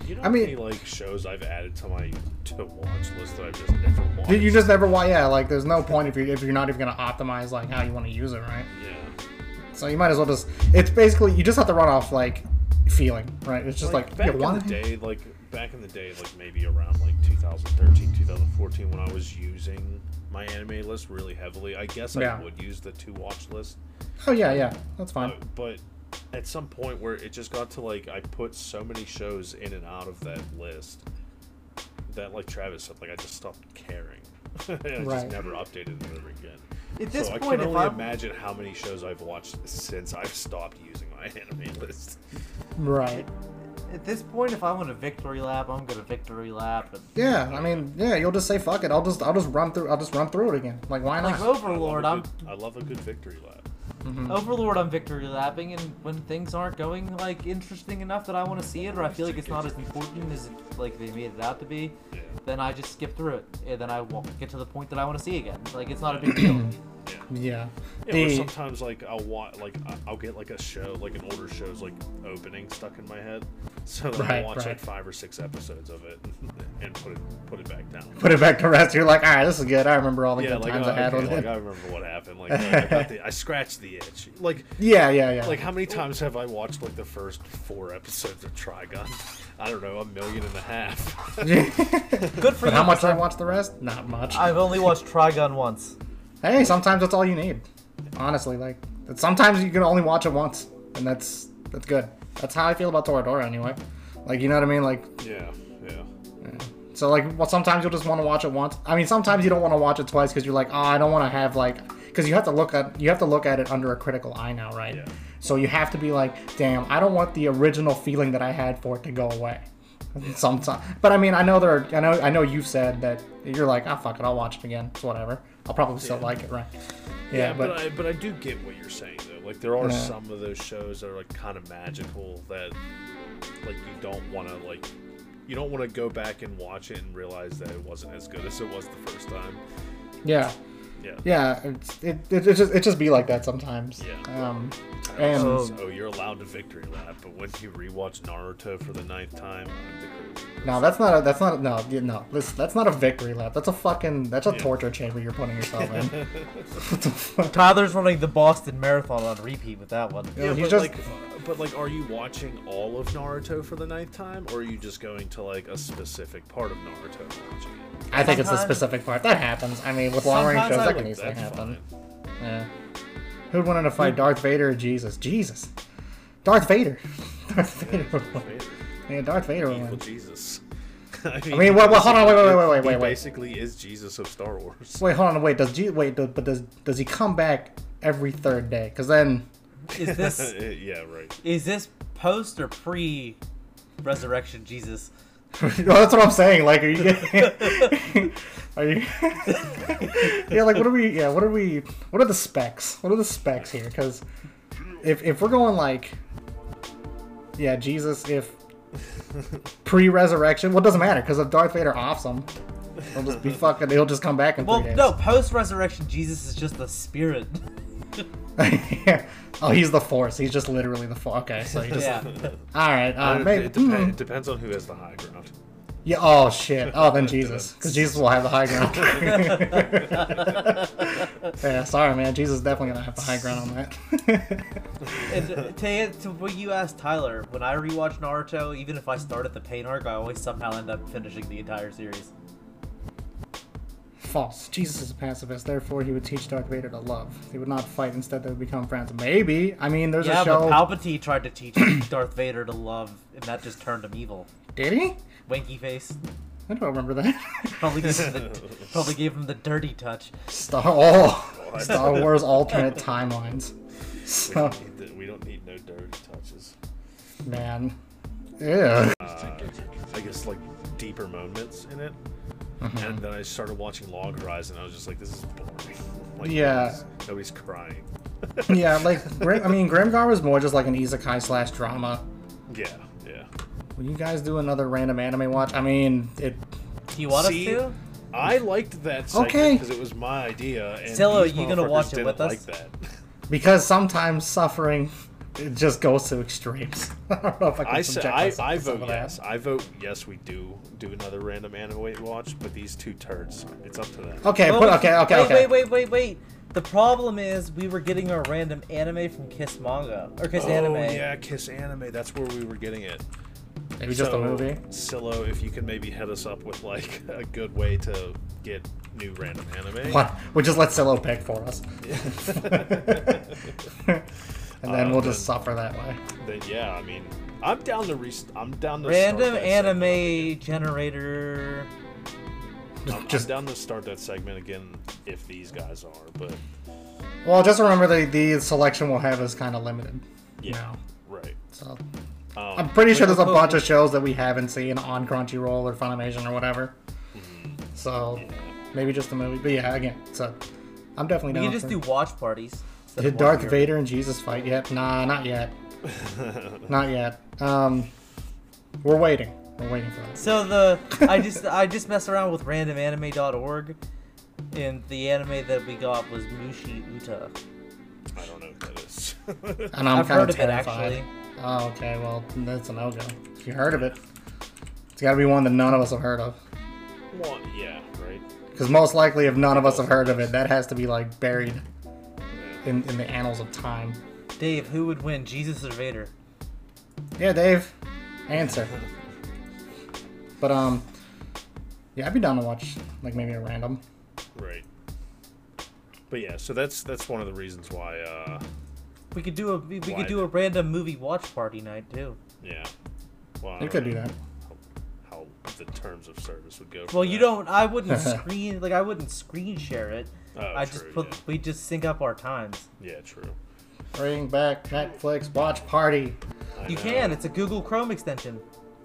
D: you know
E: I mean-
D: how many like shows I've added to my to watch list that I've just never watched.
E: you just never want. Yeah, like there's no point if you if you're not even gonna optimize like how you want to use it, right?
D: yeah.
E: So you might as well just. It's basically you just have to run off like feeling, right? It's just like,
D: back
E: yeah,
D: in
E: why?
D: the day, like back in the day, like maybe around like 2013, 2014, when I was using my anime list really heavily. I guess
E: Yeah.
D: I would use the to watch list,
E: Oh yeah, yeah, that's fine.
D: but, but at some point where it just got to like I put so many shows in and out of that list that, like Travis said, like I just stopped caring. I just
E: Right.
D: never updated it ever again.
F: At this
D: so I
F: point,
D: can
F: if
D: only
F: I'm-
D: imagine how many shows I've watched since I've stopped using my anime list.
E: Right.
F: At this point, if I want a victory lap, I'm gonna victory lap. And,
E: Yeah, I mean, yeah, you'll just say fuck it. I'll just I'll just run through I'll just run through it again. Like why
F: like
E: not?
F: Overlord,
D: I
F: I'm
D: love a good- I love a good victory lap.
F: Overlord, I'm victory lapping, and when things aren't going like interesting enough that I want to see it, or I feel like it's not as important as like they made it out to be,
D: Yeah.
F: then I just skip through it, and then I will get to the point that I want to see again. Like it's not a big deal.
D: Yeah.
E: Yeah.
D: Yeah,
E: The-
D: or sometimes like I'll watch, like I- I'll get like a show, like an older show's like opening stuck in my head, so then
E: Right,
D: I'll watch
E: right.
D: like five or six episodes of it and put it put it back down.
E: put it back to rest. You're like, all right, this is good. I remember all the
D: Yeah,
E: good
D: like,
E: times
D: oh,
E: I had
D: okay,
E: with
D: like
E: it.
D: I remember what happened. Like oh, I, got the, I scratched the itch. Like
E: yeah, yeah, yeah.
D: like how many times have I watched like the first four episodes of Trigun? I don't know, a million and a half.
F: Good
E: but
F: for you.
E: how much
F: 'cause
E: I watched the rest? Not much.
F: I've only watched Trigun once.
E: hey, sometimes that's all you need. Honestly, like sometimes you can only watch it once, and that's that's good. That's how I feel about Toradora anyway. Like you know what I mean? Like
D: yeah, yeah.
E: So like, well, sometimes you'll just want to watch it once. I mean, sometimes you don't want to watch it twice because you're like, oh, I don't want to have like, because you have to look at you have to look at it under a critical eye now, right?
D: Yeah.
E: So you have to be like, damn, I don't want the original feeling that I had for it to go away. Sometimes, but I mean, I know there. Are, I know. I know you've said that you're like, ah, fuck it, I'll watch it again. It's whatever. I'll probably still like it, right? Yeah,
D: Yeah,
E: but,
D: but, I, but I do get what you're saying though. Like there are
E: Yeah.
D: some of those shows that are like kind of magical that like you don't want to like you don't want to go back and watch it and realize that it wasn't as good as it was the first time.
E: yeah,
D: Yeah.
E: yeah. It's, it, it, it just it just be like that sometimes.
D: Yeah.
E: Um, and
F: So-
D: So you're allowed to victory lap, but when you rewatch Naruto for the ninth time, I'm the crazy.
E: No, that's not a. That's not a, no. yeah, No, listen, that's not a victory lap. That's a fucking. That's a torture chamber you're putting yourself in. What the fuck?
F: Tyler's running the Boston Marathon on repeat with that one.
E: Yeah, he's
D: but
E: just-
D: like, but like, are you watching all of Naruto for the ninth time, or are you just going to like a specific part of Naruto and watching it?
E: I think it's the
F: Sometimes-
E: specific part that happens. I mean, with long range
F: Sometimes
E: shows,
F: I
E: that
F: like-
E: can easily
D: That's
E: happen.
D: fine.
E: Yeah. Who'd want to fight Darth Vader or Jesus? Jesus, Darth Vader. Darth Vader. would win. Yeah, Darth Vader. would
D: evil
E: win.
D: Jesus.
E: I mean, wait, wait, hold on, wait, wait, wait, wait, wait,
D: he
E: wait, wait.
D: Basically, is Jesus of Star Wars?
E: Wait, hold on. Wait, does G? Wait, do- but does does he come back every third day? Because then,
F: Is this
D: Uh, yeah, right.
F: is this post or pre resurrection Jesus?
E: oh, that's what I'm saying. Like, are you? are you? yeah, like what are we? Yeah, what are we? What are the specs? What are the specs here? Because if if we're going like, yeah, Jesus, if pre-resurrection, well, it doesn't matter because if Darth Vader offs him, he'll just be fucking. He'll just come back in
F: Well,
E: three days.
F: no, post resurrection Jesus is just the spirit.
E: yeah. Oh, he's the Force. He's just literally the Force. Okay, so he just
F: Yeah.
E: all right. Uh,
D: it,
E: maybe,
D: depen-
E: hmm.
D: it depends on who has the high ground.
E: Yeah. Oh shit. Oh, then Jesus, because Jesus will have the high ground. yeah. Sorry, man. Jesus is definitely gonna have the high ground on that.
F: And to, to what you asked Tyler, when I rewatch Naruto, even if I start at the pain arc, I always somehow end up finishing the entire series.
E: False. Jesus is a pacifist, therefore he would teach Darth Vader to love. They would not fight, instead they would become friends. Maybe. I mean, there's
F: Yeah,
E: a show.
F: but Palpatine tried to teach Darth Vader to love, and that just turned him evil.
E: Did he?
F: Winky face
E: I don't remember that.
F: probably gave him the, probably gave him the dirty touch.
E: Star oh, Star Wars alternate timelines.
D: We
E: So,
D: don't, need the, we don't need no dirty touches.
E: man. Yeah.
D: I guess like deeper moments in it.
E: Mm-hmm.
D: And then I started watching Log Horizon. And I was just like, this is boring. Like,
E: Yeah.
D: nobody's- nobody's crying.
E: Yeah, like, Grim, I mean, Grimgar was more just like an isekai slash drama.
D: Yeah, yeah.
E: Will you guys do another random anime watch? I mean, it.
F: Do you want
D: See?
F: us to?
D: I liked that
E: Okay.
D: because it was my idea. And
F: Scylla,
D: these
F: you gonna
D: motherfuckers
F: watch it
D: didn't
F: with
D: like
F: us?
D: that.
E: Because sometimes suffering it just goes to extremes. I don't know if I can
D: I said
E: subject
D: I,
E: myself
D: I
E: to some
D: vote
E: of that.
D: yes. I vote yes. We do do another random anime watch, but these two turds, it's up to them.
E: Okay,
F: Well,
E: put,
F: wait,
E: okay, okay,
F: Oh, wait,
E: okay.
F: Wait, wait, wait, wait. The problem is we were getting our random anime from Kiss Manga or Kiss
D: Oh
F: Anime.
D: yeah, Kiss Anime. That's where we were getting it.
E: Maybe just a
D: So,
E: movie.
D: Silo, if you can maybe hit us up with like a good way to get new random anime.
E: What? We just let Silo pick for us. and then
D: Uh,
E: we'll just
D: then-
E: suffer that way.
D: Then yeah, I mean, I'm down to re- I'm down to start
F: Random
D: that
F: anime
D: segment.
F: generator.
D: I'm, I'm
E: Just
D: down to start that segment again if these guys are, but
E: well, just remember the the selection we'll have is kind of limited.
D: yeah,
E: now,
D: right.
E: so
F: Oh.
D: Um,
E: I'm pretty sure there's a
F: cool.
E: bunch of shows that we haven't seen on Crunchyroll or Funimation or whatever.
F: Mm-hmm.
E: So maybe just a movie, but yeah, again, so I'm definitely
F: We
E: down
F: can just
E: for-
F: do watch parties. instead of
E: Did Darth
F: watching
E: Vader and Jesus fight yet? Nah, not yet. not yet. Um, we're waiting. We're waiting for that.
F: So the I just I just mess around with randomanime.org, and the anime that we got was Mushi Uta.
D: I don't know what that is.
E: And I'm
F: I've
E: kind
F: heard
E: of
F: of it,
E: terrified.
F: actually.
E: Oh, okay. Well, that's a no go. You heard of it? It's got to be one that none of us have heard of.
D: well, yeah, right.
E: Because most likely, if none of us have heard of it, that has to be like buried in, in the annals of time.
F: Dave, who would win, Jesus or Vader?
E: Yeah, Dave, answer. But um, yeah, I'd be down to watch like maybe a random.
D: Right. But yeah, so that's that's one of the reasons why. uh
F: We could do a we, we
D: Why?
F: could do a random movie watch party night too.
D: Yeah. Well, I
E: You
D: don't
E: could
D: know
E: do that.
D: How the terms of service would go. for
F: Well, you
D: that.
F: don't. I wouldn't screen like I wouldn't screen share it.
D: Oh,
F: I
D: true,
F: just put
D: yeah.
F: we just sync up our times.
D: Yeah, true.
E: Bring back Netflix watch party.
D: I
F: You
D: know.
F: can. It's a Google Chrome extension.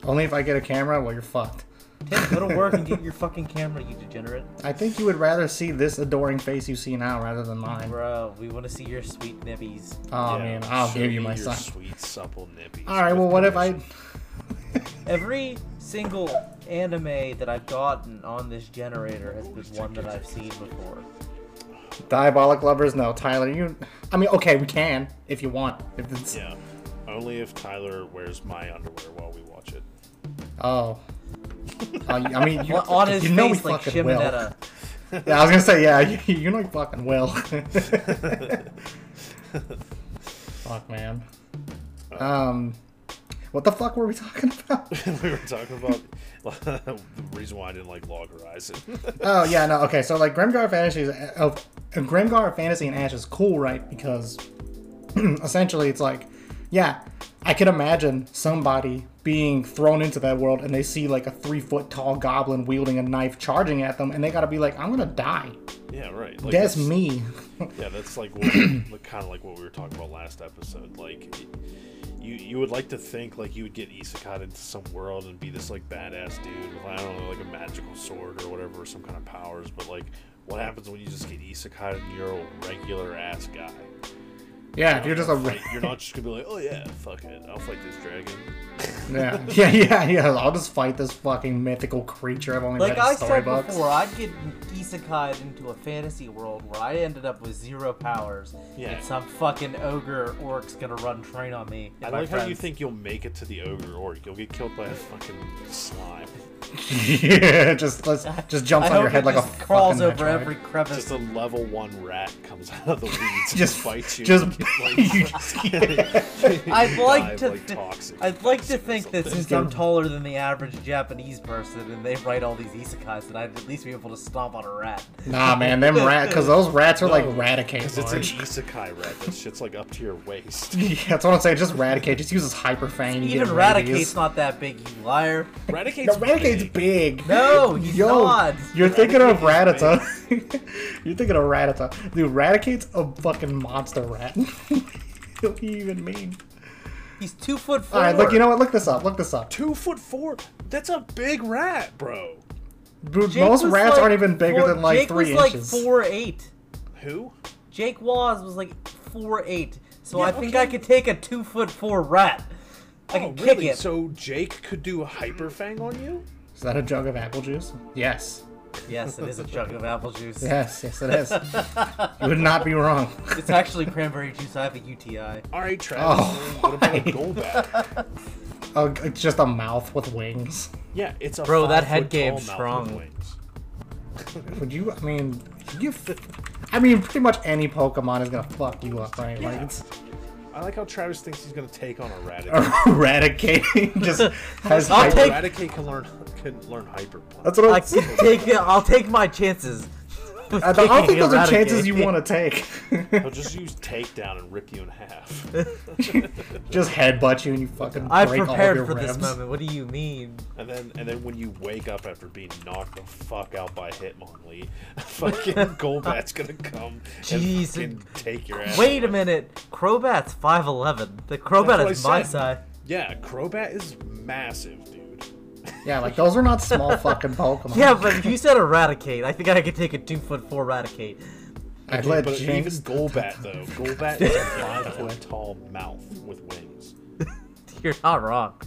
E: Only if I get a camera, well, you're fucked.
F: Tim, go to work and get your fucking camera, you degenerate.
E: I think you would rather see this adoring face you see now rather than mine. Oh,
F: Bro, we want to see your sweet nibbies.
E: I
D: Yeah,
E: man, I'll
D: show
E: give you
D: me
E: my
D: your
E: son.
D: Sweet supple nippies.
E: All right,
D: with
E: well, what if I.
D: permission.
F: Every single anime that I've gotten on this generator has been one that I've seen before.
E: Diabolic lovers? No, Tyler, you. I mean, okay, we can if you want. If it's.
D: Yeah. Only if Tyler wears my underwear while we watch it.
E: Oh. Uh, you- I mean, you,
F: On his
E: you know
F: face,
E: we
F: like
E: fucking will.
F: Shimonetta.
E: Yeah, I was gonna say, yeah, you, you know we fucking will. fuck, man. Um, what the fuck were we talking about?
D: we were talking about the reason why I didn't like Log Horizon.
E: Oh yeah, no, okay. So like Grimgar Fantasy is uh, Grimgar Fantasy and Ash is cool, right? Because essentially it's like, yeah, I could imagine somebody being thrown into that world and they see like a three foot tall goblin wielding a knife charging at them, and they gotta be like, I'm gonna die.
D: yeah, right. Like,
E: That's me.
D: Yeah, that's like what, like, kind of like what we were talking about last episode. Like, you you would like to think like you would get isekai into some world and be this like badass dude with I don't know like a magical sword or whatever, or some kind of powers. But like, what happens when you just get isekai and you're a regular ass guy?
E: Yeah, if you're just a
D: Like, you're not just gonna be like, oh yeah, fuck it, I'll fight this dragon.
E: yeah, yeah, yeah, yeah. I'll just fight this fucking mythical creature. I've only
F: Like
E: read
F: I
E: his
F: said
E: storybooks.
F: before, I'd get isekai into a fantasy world where I ended up with zero powers,
D: Yeah.
F: and some fucking ogre or orc's gonna run train on me. and
D: I
F: my
D: like how you
F: friends.
D: think you'll make it to the ogre or you'll get killed by a fucking slime.
E: yeah, just just, just jumps
F: I
E: on your
F: hope
E: head
F: it
E: like a
F: just crawls
E: fucking
F: over
E: Metroid.
F: every crevice.
D: Just a level one rat comes out of the weeds and
E: Just-
D: just bites you.
E: just-
D: and
E: you
F: I'd
D: dive,
F: like to.
D: like,
F: thi-
D: toxic
F: I'd like to
D: toxin or
F: think that
D: something.
F: since I'm taller than the average Japanese person, and they write all these isekais, that I'd at least be able to stomp on a rat.
E: Nah, man, them rat because those rats are like
D: No,
E: radicate
D: Because it's an
E: large.
D: isekai rat. That shit's like up to your waist.
E: Yeah, that's what I'm saying. Just radicate. Just uses hyper fang.
F: Even Radicate's not that big, you liar.
D: Radicate's
E: No, radicate's
D: big.
E: big.
F: No, he's
E: Yo,
F: not.
E: You're thinking of
D: Radicate's
E: Ratata. you're thinking of Ratata. Dude, Radicate's a fucking monster rat. what do you even mean?
F: He's two foot four.
E: All right, look. You know what? Look this up. Look this up.
D: Two foot four. That's a big rat, bro.
E: Dude,
F: Jake
E: most
F: was
E: rats
F: like
E: aren't even bigger
F: four-
E: than like
F: Jake
E: three
F: was
E: inches.
F: like four eight.
D: Who? Oh,
F: Jake Waz was like four eight. So
D: Yeah,
F: I think
D: okay.
F: I could take a two foot four rat. I
D: oh,
F: could kick
D: really?
F: it.
D: So Jake could do a hyper fang on you?
E: Is that a jug of apple juice? Yes.
F: Yes, it is a jug of apple juice.
E: Yes. Yes, it is. you would not be wrong.
F: It's actually cranberry juice. I have a UTI.
D: All right, Travis.
E: Oh,
D: what about a Golbat?
E: Uh, it's just a mouth with wings.
D: Yeah, it's a
F: Bro, that
D: five-foot
F: head game
D: tall
F: is
D: mouth
F: strong.
D: with wings.
E: Would you? I mean, you. I mean, pretty much any Pokemon is gonna fuck you up, right? Like it's
D: I like how Travis thinks he's gonna take on a Raticate.
E: eradicating. Just has
F: I'll
E: hyper-
F: take-
D: Raticate can learn can learn hyper punch.
E: That's what
F: I
E: I'm.
F: can take it. I'll take my chances. with
E: I don't
F: taking
E: think those are
F: Eradicate.
E: chances you want to take.
D: He'll just use takedown and rip you in half.
E: just headbutt you and you fucking
F: I've
E: break all of
F: prepared
E: your
F: for this
E: ribs.
F: moment. What do you mean?
D: And then and then when you wake up after being knocked the fuck out by Hitmonlee, fucking Golbat's gonna come
F: Jeez,
D: and fucking take your ass.
F: Wait a minute. Crobat's 5'11. The
D: That's
F: Crobat
D: what
F: is
D: I
F: my
D: said.
F: size.
D: Yeah, Crobat is massive, dude.
E: Yeah, like those are not small fucking Pokemon.
F: Yeah, but if you said Eradicate, I think I could take a 2 foot 4 Eradicate.
E: I'd let
D: but
E: Jinx.
D: even Golbat though, Golbat is a five foot tall mouth with wings.
F: You're not wrong.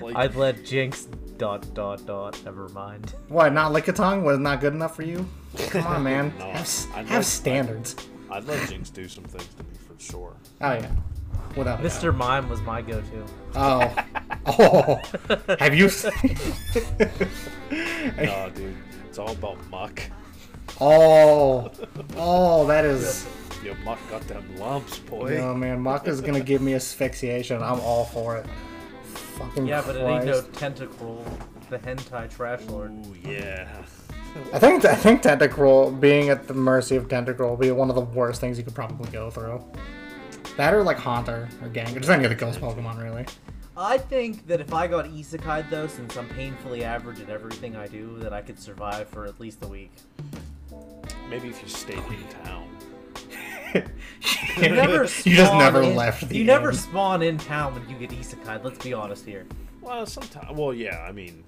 D: Like,
F: I'd let Jinx dot dot dot. Never mind.
E: What? Not Lickitung was not good enough for you? Come on, man.
D: No,
E: have s-
D: I'd
E: have
D: like-
E: standards.
D: I'd let Jinx do some things to me for sure.
E: Oh yeah. Without a doubt.
F: Mr. Mime was my go to.
E: Oh. Oh. Have you? s-
D: Nah, dude, it's all about muck.
E: Oh. Oh, that is.
D: Yo, muck got them lumps, boy.
E: Oh man, Maka's gonna give me asphyxiation. I'm all for it. Fucking
F: Yeah, but it ain't no
E: Christ.
F: tentacruel. The hentai trash lord.
D: Ooh, yeah.
E: I think I think Tentacruel being at the mercy of Tentacruel will be one of the worst things you could probably go through. That or like Haunter or Gengar, just any of the ghost Pokemon really.
F: I think that if I got isekai though, since I'm painfully average at everything I do, that I could survive for at least a week.
D: Maybe if you stayed in town.
F: You never
E: You just
F: spawn
E: never
F: in-
E: left the
F: You never
E: inn.
F: spawn in town when you get isekai. Let's be honest here.
D: Well, sometimes. Well, yeah. I mean,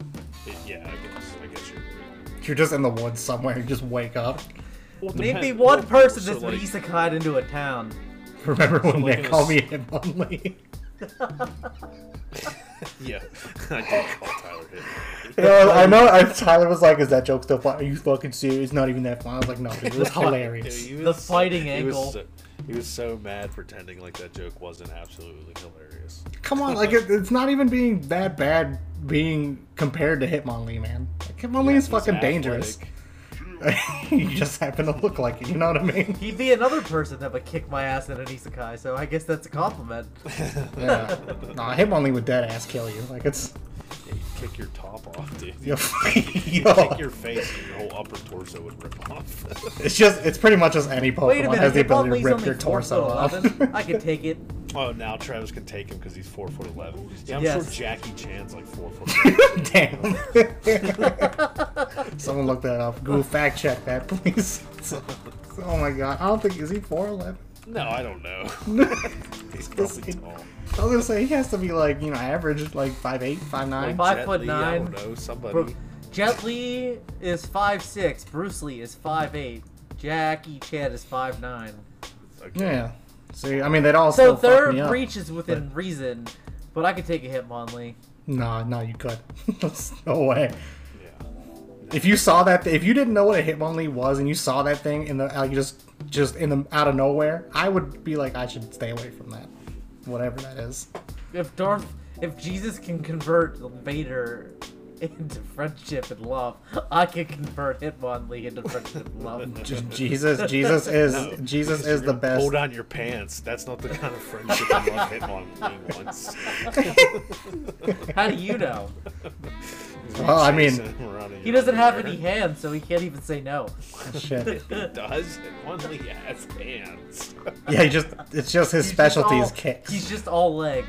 D: it, yeah. I guess. I guess you're. Right.
E: You're just in the woods somewhere. You just wake up.
D: Well,
F: Maybe
D: depend-
F: one
D: well,
F: person
D: so,
F: that's been
D: like,
F: isekai'd into a town.
E: Remember when
D: like
E: they
D: in a s-
E: called me Hitmonlee?
D: Yeah, I did call Tyler Hitman.
E: Yeah, I know. I, Tyler was like, "Is that joke still funny? Are you fucking serious? It's not even that funny." I was like, "No, dude, it was hilarious."
D: He
F: The fighting
D: he was
F: angle.
D: so- he was so mad pretending like that joke wasn't absolutely hilarious.
E: Come on, like it, it's not even being that bad being compared to Hitmonlee, man. Like, Hitmonlee is
D: He's
E: fucking
D: athletic.
E: dangerous. you just happen to look like it. You know what I mean?
F: He'd be another person that would kick my ass in an isekai, so I guess that's a compliment.
E: Yeah. nah, Hitmonlee would dead ass kill you. Like it's
D: Yeah, you'd kick your top off, dude.
E: yo,
D: You'd
E: yo.
D: Kick your face and your whole upper torso would rip off.
E: it's just it's pretty much just any
F: Wait a
E: Pokemon
F: minute,
E: has the
F: if
E: ability
F: Hitmonlee's
E: to rip
F: only
E: your torso off.
F: 4'11", I could take it.
D: oh, now Travis can take him because he's four foot eleven. Yeah, I'm
F: Yes.
D: sure Jackie Chan's like four foot. 11.
E: Damn. Someone look that up. Google fact check that, please. oh my god, I don't think is he four eleven.
D: no, I don't know. he's probably tall.
E: I was gonna say he has to be like you know average like five eight, five nine.
F: Five
D: Jet
F: foot
D: Li, I
F: nine.
D: don't know somebody.
F: Bro, Jet Li is 5'6", Bruce Lee is 5'8", Jackie Chan is 5'9".
D: Okay.
E: Yeah. See, I mean they'd all still
F: So
E: fuck
F: third
E: me up.
F: breach is within reason, but I could take a Hitmonlee.
E: Nah, nah, you could. There's no way.
D: Yeah.
E: If you saw that, if you didn't know what a Hitmonlee was, and you saw that thing in the like just just in the out of nowhere, I would be like, I should stay away from that, whatever that is.
F: If Darth, if Jesus can convert Vader into friendship and love, I can convert Hitmonlee into friendship and love.
E: J- Jesus, Jesus is
D: No,
E: Jesus
D: because
E: is the
D: you're-
E: best.
D: Hold on your pants. That's not the kind of friendship I love Hitmonlee wants.
F: How do you know?
E: Well, I mean-
D: Chasing him around and
F: He doesn't have
D: there.
F: any hands, so he can't even say no.
E: Shit.
D: He does. It only has hands.
E: Yeah, he just it's just his
F: He's just
E: specialty
F: all-
E: is kicks.
F: He's just all leg.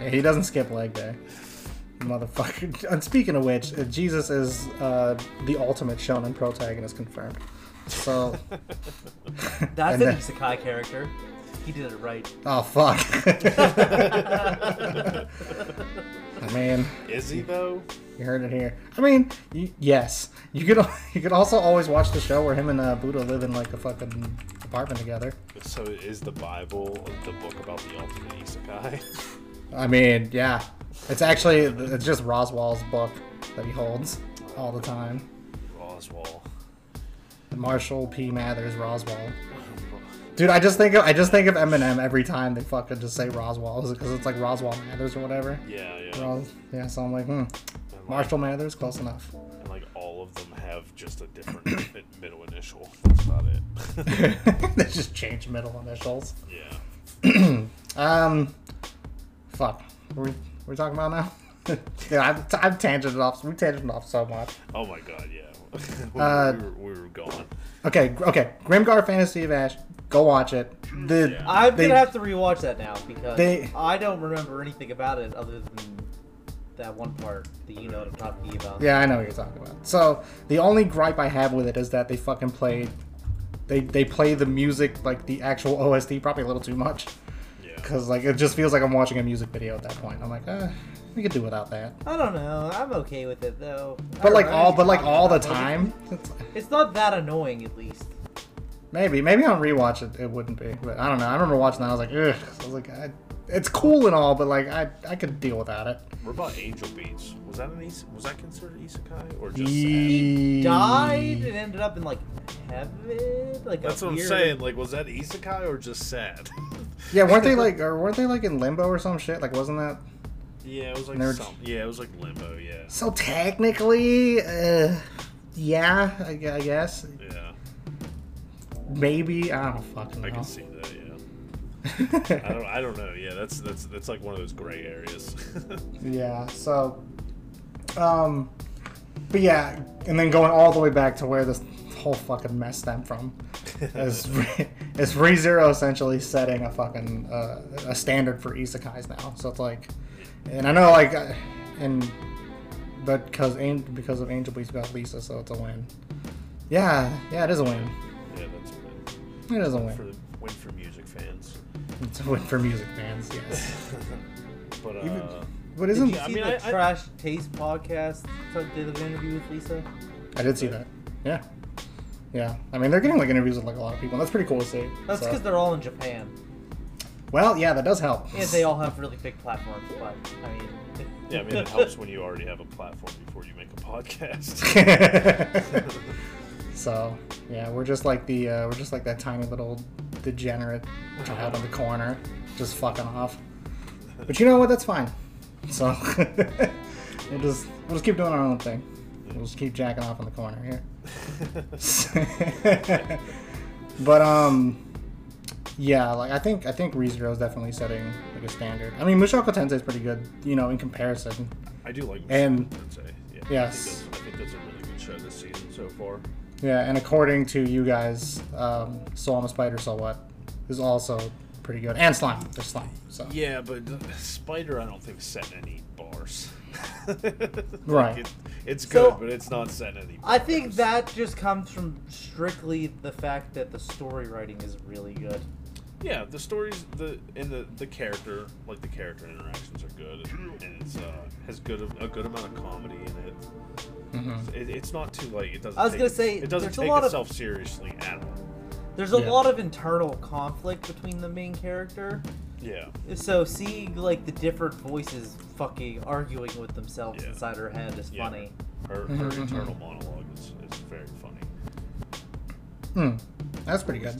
E: Yeah, He doesn't skip leg day. Motherfucker. And speaking of which, uh, Jesus is uh, the ultimate shonen protagonist confirmed. So,
F: That's
E: And
F: an
E: the-
F: isekai character. He did it right.
E: oh fuck. I mean,
D: Is he though?
E: you heard it here. I mean, y- yes. You could al- you could also always watch the show where him and uh, Buddha live in like a fucking apartment together.
D: So is the Bible the book about the ultimate isekai?
E: I mean, yeah. It's actually it's just Roswell's book that he holds all the time.
D: Roswell.
E: Marshall P. Mathers Roswell. Dude, I just think of I just think of Eminem every time they fucking just say Roswell because it's like Roswell Mathers or whatever.
D: Yeah, yeah.
E: Ros- yeah, so I'm like, hmm,
D: And, like,
E: Marshall Mathers, close enough.
D: and like all of them have just a different mi- middle initial. That's about it.
E: they just changed middle initials.
D: yeah.
E: Um, fuck, what we we talking about now? yeah, I've, I've tangented off. We tangented off so much.
D: Oh my god. Yeah. we,
E: Uh,
D: were, we were gone.
E: Okay, gr- okay. Grimgar Fantasy of Ash. Go watch it. The
D: Yeah.
F: I'm
E: they-
F: gonna have to rewatch that now because
E: they-
F: I don't remember anything about it other than that one part that you know what I'm talking about.
E: Yeah, I know what you're talking about. So the only gripe I have with it is that they fucking played, they they play the music like the actual OST probably a little too much
D: Yeah.
E: because like it just feels like I'm watching a music video at that point. I'm like, eh, we could do without that.
F: I don't know. I'm okay with it though. I
E: But like
F: remember
E: all,
F: you
E: but like
F: talking
E: all the
F: about it.
E: time, it's-
F: It's not that annoying, at least.
E: maybe maybe on rewatch it it wouldn't be. But I don't know. I remember watching that. I was like, ugh. I was like, I, it's cool and all, but like I I could deal without it.
D: What about Angel Beats? Was that an is- was that considered isekai or just? sad?
E: He
F: Died and ended up in like heaven. Like a
D: That's what I'm
F: weird-
D: saying. Like, was that isekai or just sad?
E: Yeah, weren't they like or weren't they like in limbo or some shit? Like wasn't that?
D: yeah, it was like
E: Nerd.
D: some, yeah, it was like limbo. Yeah,
E: So technically, uh, yeah, I, gu- I guess
D: yeah,
E: maybe I don't fucking know.
D: I can see that. Yeah, I don't, I don't know. Yeah, that's that's that's like one of those gray areas.
E: yeah. So, um, but yeah, and then going all the way back to where this whole fucking mess stemmed from is Re- is ReZero essentially setting a fucking uh, a standard for isekais now. So it's like, and I know like, uh, and but because because of Angel Beats got Lisa, so it's a win. Yeah, yeah, it is a win.
D: yeah, that's a win.
E: It is a win.
D: for the win for music fans.
E: It's a win for music fans, yes.
D: But uh,
E: But
F: Did
E: isn't
F: you see
D: I mean,
F: the
D: I- I-
F: Trash Taste podcast that did an interview with Lisa?
E: I did see that? Yeah, yeah. I mean, they're getting like interviews with like a lot of people. That's pretty cool to see.
F: That's
E: So-
F: because they're all in Japan.
E: well, yeah, that does help.
F: And they all have really big platforms, but I mean,
D: yeah, I mean, it helps when you already have a platform before you make a podcast.
E: so yeah, we're just like the uh, we're just like that tiny little degenerate child in the corner, just fucking off. But you know what? That's fine. So we'll just we'll just keep doing our own thing. We'll just keep jacking off in the corner here. but um yeah like i think i think rezero is definitely setting like a standard i mean mushoku tensei is pretty good you know in comparison
D: I do like
E: And-
D: Mushoku Tensei. Yeah,
E: yes.
D: I think, that's, I think that's a really good show this season so far.
E: yeah and according to you guys um so i'm a spider so what is also pretty good and slime there's slime so
D: Yeah, but Spider, I don't think set any bars.
E: Right.
D: It, it's
F: So-
D: good, but it's not set any. Bars.
F: I think that just comes from strictly the fact that the story writing is really good.
D: Yeah, the stories, the and the the character, like the character interactions are good, and, and it's uh, has good of- a good amount of comedy in it. It, it's not too like it doesn't.
F: I was
D: take-
F: gonna say,
D: it doesn't
F: there's a
D: take
F: lot of-
D: itself seriously at all.
F: There's a
E: Yeah.
F: lot of internal conflict between the main character,
D: Yeah,
F: so seeing like the different voices fucking arguing with themselves
D: Yeah.
F: inside her head is
D: Yeah.
F: funny.
D: her her internal monologue is, is very funny.
E: hmm, that's pretty good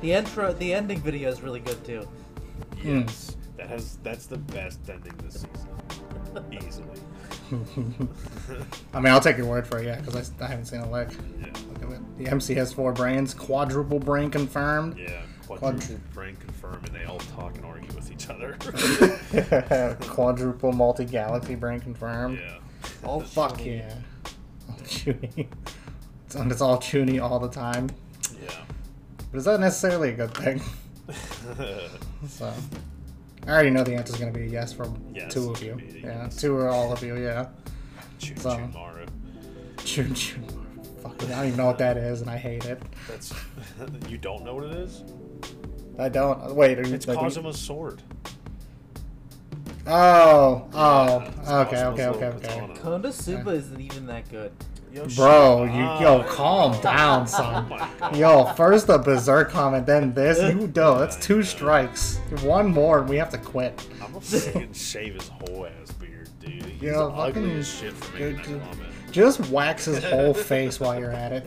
F: The intro, the ending video is really good too.
D: Yes, that has that's the best ending this season, easily.
E: i mean i'll take your word for it yeah because I, I haven't seen a lick
D: Yeah,
E: Look at it. the mcs 4 brains quadruple brain confirmed
D: yeah. Quadruple
E: Quadru-
D: brain confirm, and they all talk and argue with each other.
E: quadruple multi-galaxy brain confirmed
D: yeah.
E: Oh,
F: All
E: Fuck yeah. All Chewy. It's, and it's all Chewy all the time.
D: Yeah.
E: But is that necessarily a good thing? So, I already know the answer's going to be a yes from
D: Yes,
E: two of
D: it's
E: you.
D: gonna be a
E: Yeah,
D: yes.
E: two or all of you, yeah.
D: Choo
E: So-
D: choo Mara.
E: Chun Chun. Fucking, I don't even know what that is, and I hate it.
D: That's you don't know what it is?
E: I don't. Wait, are you?
D: It's
E: like, are you-
D: Cosima's sword.
E: Oh, oh,
D: It's Cosima's
E: okay, okay, okay,
D: little
E: okay.
D: katana.
F: Konosuba isn't even that good.
D: Yo,
E: Bro,
D: shut
E: you
D: up.
E: yo, calm down,
D: Ah. Oh
E: son.
D: my god.
E: Yo, first the berserk comment, then this. You do. That's two strikes. One more, and we have to quit.
D: I'm gonna fucking shave his whole ass beard, dude. He's
E: Yo,
D: ugly
E: fucking-
D: as shit for making that
E: dude, dude.
D: comment.
E: Just wax his whole face while you're at it.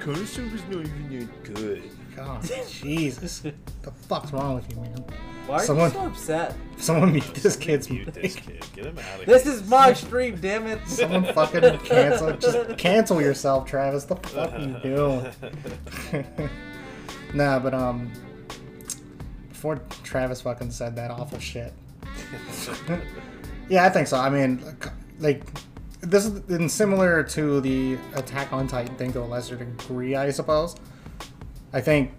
D: Konosuba's not even that good.
E: God, Jesus, the fuck's wrong with you, man?
F: Why are
E: Someone-
F: you so upset?
E: Someone mute this kid's.
D: Mute this kid. Get him out of here.
F: This is my stream, damn it!
E: Someone fucking cancel. Just cancel yourself, Travis. The fuck you doing? nah, but um, before Travis fucking said that awful shit. yeah, I think so. I mean, like, this is and similar to the Attack on Titan thing to a lesser degree, I suppose. I think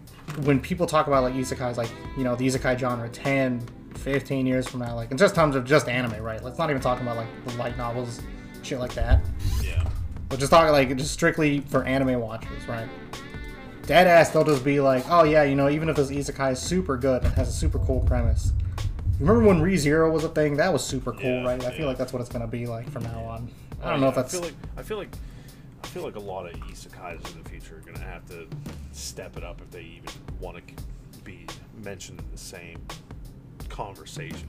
E: when people talk about like isekais, like you know the isekai genre 10, 15 years from now, like in just terms of just anime, right? Let's not even talk about like the light novels, shit like that.
D: Yeah.
E: But just talking like just strictly for anime watchers, right? Dead ass, they'll just be like, oh yeah, you know, even if this isekai is super good, it has a super cool premise. Remember when ReZero was a thing? That was super cool,
D: Yeah,
E: right? I
D: yeah.
E: feel like that's what it's gonna be like from now on. I don't
D: Oh,
E: know
D: yeah,
E: if that's
D: I feel like I feel like I feel like a lot of isekais in the future are gonna have to step it up if they even want to be mentioned in the same conversation.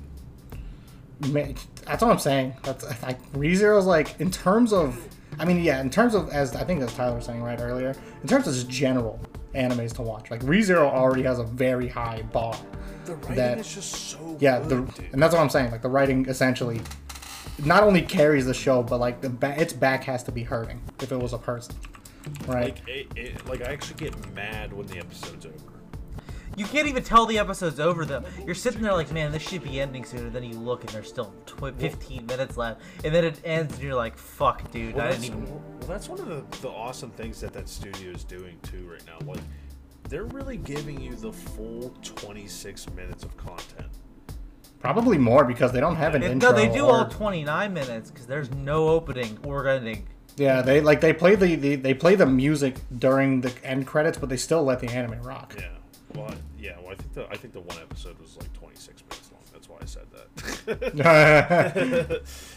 E: Ma- That's what I'm saying. That's I, ReZero's like in terms of, I mean, yeah, in terms of as I think as Tyler was saying right earlier, in terms of just general animes to watch, like ReZero already has a very high bar.
D: The writing
E: That-
D: is just so
E: Yeah,
D: good,
E: the,
D: dude.
E: and that's what I'm saying. Like the writing essentially, not only carries the show, but like the ba- its back has to be hurting if it was a person, right?
D: like it, it, like I actually get mad when the episode's over.
F: You can't even tell the episode's over though. You're sitting there like, man, this should be ending sooner. Then you look and there's still tw- 15 minutes left, and then it ends, and you're like, fuck, dude,
D: Well,
F: I didn't
D: that's,
F: even.
D: well, that's one of the, the awesome things that that studio is doing too right now. Like, they're really giving you the full 26 minutes of content.
E: Probably more because they don't have an
F: It-
E: intro.
F: no, they do
E: or-
F: all 29 minutes because there's no opening or ending.
E: Yeah, they like they play the, the they play the music during the end credits, but they still let the anime rock.
D: Yeah. Well, I- yeah. Well, I think the I think the one episode was like 26 minutes long. That's why I said that.
E: so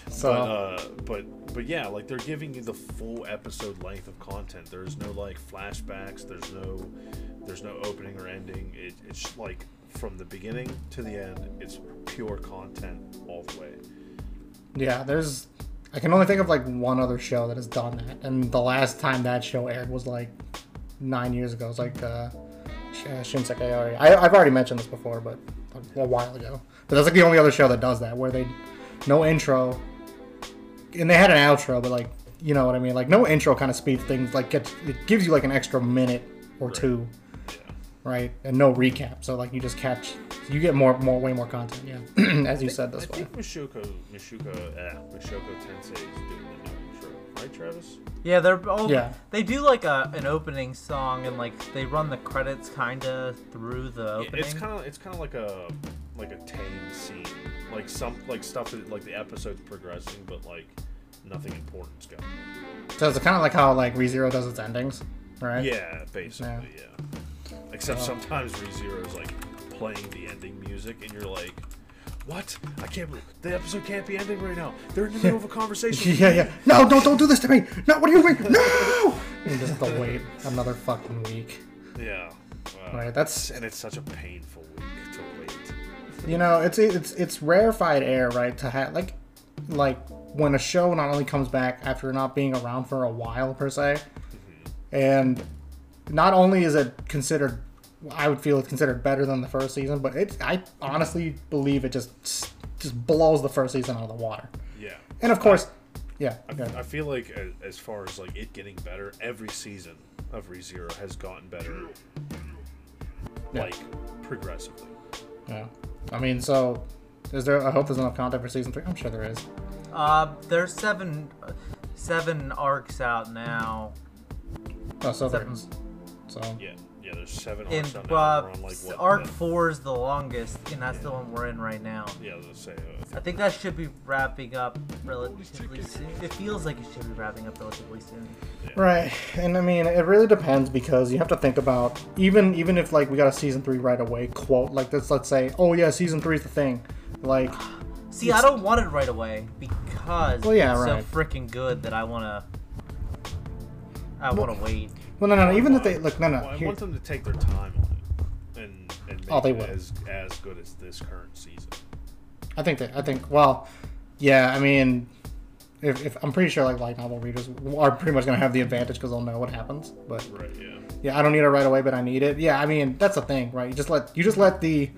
D: but, uh, but but yeah, like they're giving you the full episode length of content. There's no like flashbacks. There's no there's no opening or ending. It, it's just, like from the beginning to the end. It's pure content all the way.
E: yeah, there's I can only think of like one other show that has done that, and the last time that show aired was like nine years ago. It's like uh, Sh- uh, Shinsekai. Already, I, I've already mentioned this before, but a, a while ago. But that's like the only other show that does that, where they no intro, and they had an outro, but like you know what I mean. Like no intro kind of speeds things. Like gets, it gives you like an extra minute or two. Right and no recap, so like you just catch, you get more, more, way more content. Yeah, as you said
D: I
E: this way.
D: think Mishoko Mishoko eh, Mishoko Tensei is doing the new intro, right, Travis?
F: Yeah, they're oh,
E: Yeah.
F: they do like a, an opening song and like they run the credits kind of through the opening.
D: It's kind of it's kind of like a like a tame scene, like some like stuff that like the episode's progressing, but like nothing important's going.
E: So it's kind of like how like ReZero does its endings, right?
D: Yeah, basically, yeah. Except sometimes ReZero's like playing the ending music, and you're like, "What? I can't believe the episode can't be ending right now. They're in the middle of a conversation."
E: Yeah, yeah. No, don't don't do this to me. No, what are you doing? No. You just have to wait another fucking week.
D: yeah. Wow.
E: Right. That's
D: And it's such a painful week to wait.
E: you know, it's it's it's rarefied air, right? To have like like when a show not only comes back after not being around for a while per se, and not only is it considered, I would feel it's considered better than the first season, but it's I honestly believe it just just blows the first season out of the water.
D: Yeah.
E: And of course, yeah. yeah.
D: I feel like a- as far as like it getting better, every season of ReZero has gotten better,
E: Yeah.
D: like progressively.
E: Yeah. I mean, so is there? I hope there's enough content for season three. I'm sure there is.
F: Uh, there's seven, seven arcs out now.
E: Oh, so Vikings. So
D: Yeah, yeah. There's seven
F: And
D: arcs on
F: uh,
D: now. We're on like what?
F: arc
D: the-
F: four is the longest, and that's the one we're in right now.
D: Yeah, I was gonna say. uh, I
F: I
D: think-
F: think that should be wrapping up relatively soon. It feels like it should be wrapping up relatively soon.
E: right, and I mean it really depends because you have to think about even even if like we got a season three right away. Quote like this. Let's say oh yeah, season three is the thing. Like
F: See, I don't want it right away because
E: Well, Oh, yeah,
F: it's
E: right.
F: so freaking good that I wanna, I wanna wait.
E: well no no no even if
D: Why-
E: they look no no
D: Well, I
E: here-
D: want them to take their time on it and and make
E: Oh, they
D: it
E: will.
D: as as good as this current season.
E: I think that I think well, yeah. I mean, if, if I'm pretty sure like light novel readers are pretty much gonna have the advantage because they'll know what happens. But
D: Right. Yeah.
E: yeah, I don't need it right away, but I need it. Yeah, I mean that's the thing, right? You just let you just let the.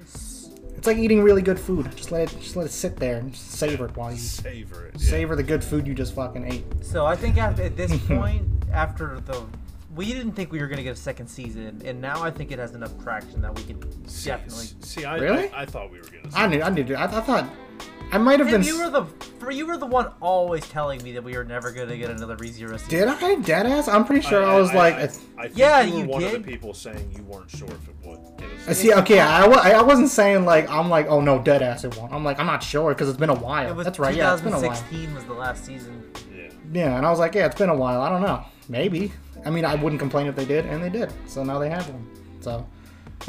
E: It's like eating really good food. Just let it just let it sit there and savor it while you
D: Savor it. Yeah.
E: savor the good food you just fucking ate.
F: So I think at, at this point, after the, we didn't think we were gonna get a second season, and now I think it has enough traction that we can
D: See,
F: definitely.
D: See, I,
E: Really?
D: I, I thought we were gonna.
E: I knew I knew. I, I thought I might have been.
F: Tim, you were the for you were the one always telling me that we were never gonna get another ReZero season.
E: did I dead ass? I'm pretty sure I, was like.
D: I, I think
F: Yeah,
D: you were
F: you
D: one of
F: did.
D: the people saying you weren't sure if it would. Get us
E: I See, okay, I, wa- I wasn't saying like I'm like, oh no, dead ass it won't. I'm like, I'm not sure because it's been a while.
F: It was
E: That's right, yeah, it's been a while.
F: 2016 was the last season.
D: Yeah.
E: Yeah, and I was like, yeah, it's been a while. I don't know. Maybe. I mean, I wouldn't complain if they did, and they did. So now they have one. So,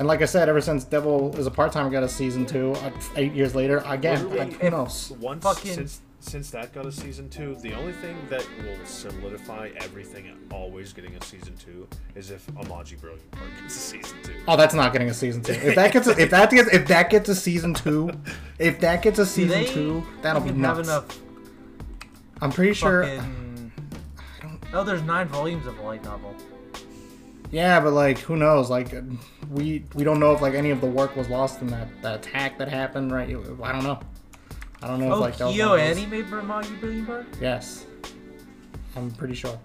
E: and like I said, ever since Devil is a part time got a season two, uh, eight years later, again,
D: Literally,
E: like, who
F: if-
E: knows?
D: Once
F: Fucking-
D: since since that got a season two, the only thing that will solidify everything always getting a season two is if Amaji Brilliant Park gets a season two.
E: Oh, that's not getting a season two. If that gets, a, if that gets, if that gets a season two, if that gets a
F: Do
E: season
F: they
E: two, that'll be
F: fucking
E: nuts.
F: have enough
E: I'm pretty sure.
F: fucking. Oh, there's nine volumes of a light novel.
E: Yeah, but like, who knows? Like, we we don't know if like any of the work was lost in that, that attack that happened, right? It- I don't know. I don't know if
F: Oh,
E: like that was
F: Kyo
E: one of those-
F: anime Bramagi Brilliant Bird?
E: Yes, I'm pretty sure.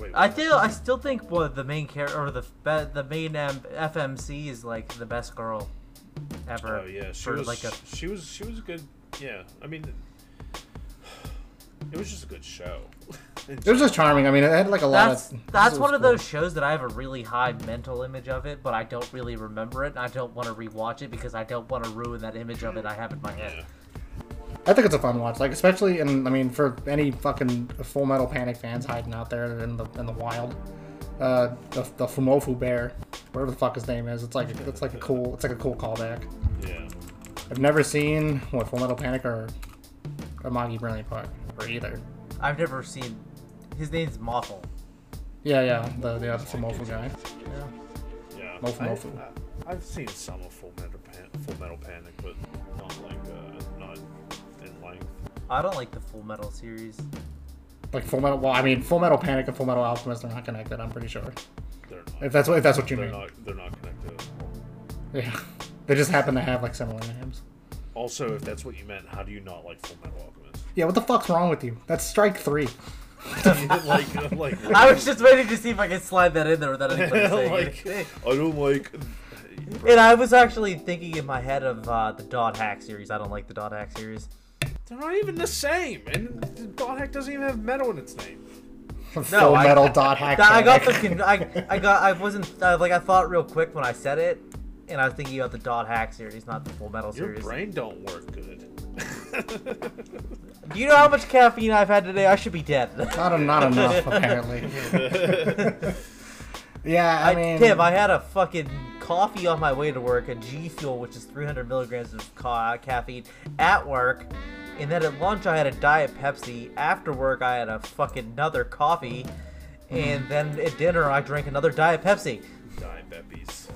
D: Wait,
F: I feel I still think well the main character or the be- the main um, M- FMC is like the best girl ever.
D: Oh yeah, she
F: for
D: was
F: like a
D: she was she was a good. Yeah, I mean, it was just a good show.
E: It was just charming. I mean, it had like a lot
F: that's
E: of.
F: that's
E: it was
F: one of
E: cool.
F: those shows that I have a really high mental image of it, but I don't really remember it, and I don't want to rewatch it because I don't want to ruin that image of it I have in my head.
E: I think it's a fun watch, like especially and I mean for any fucking Full Metal Panic fans hiding out there in the in the wild, uh, the the Fumofu bear, whatever the fuck his name is, it's like it's like a cool it's like a cool callback.
D: yeah.
E: I've never seen what Full Metal Panic or Amagi Brilliant Park or either.
F: I've never seen. His name's Mothel.
E: Yeah, yeah, the the other Fumofu guy.
D: Yeah,
E: Mofu,
D: I,
E: mofu.
D: I, have seen some of Full Metal, Pan- Full Metal Panic, but not like uh, not in length.
F: I don't like the Full Metal series.
E: Like Full Metal. Well, I mean Full Metal Panic and Full Metal Alchemist are not connected. I'm pretty sure.
D: They're not.
E: If that's what if that's what you
D: they're
E: mean.
D: not. They're not connected. at all.
E: Yeah, they just happen to have like similar names.
D: Also, if that's what you meant, how do you not like Full Metal Alchemist?
E: Yeah, what the fuck's wrong with you? That's strike three.
D: like, uh, like,
F: I was just waiting to see if I could slide that in there without anybody
D: Oh
F: saying
D: like,
F: anything.
D: I don't like.
F: And I was actually thinking in my head of uh, the Dot Hack series. I don't like the Dot Hack series.
D: They're not even the same, and Dot Hack doesn't even have metal in its name.
E: Full
F: I-
E: Metal Dot Hack.
F: I got the
E: Panic.
F: con- I, I got I wasn't I, like I thought real quick when I said it, and I was thinking about the Dot Hack series, not the Full Metal
D: Your
F: series.
D: brain don't work good.
F: Do you know how much caffeine I've had today? I should be dead.
E: Not, en- not enough, apparently. yeah, I,
F: I,
E: mean,
F: Tim, I had a fucking coffee on my way to work, a G Fuel, which is 300 milligrams of ca- caffeine at work. And then at lunch, I had a Diet Pepsi. After work, I had a fucking another coffee.
E: Hmm.
F: And then at dinner, I drank another Diet Pepsi.
D: Diabetes.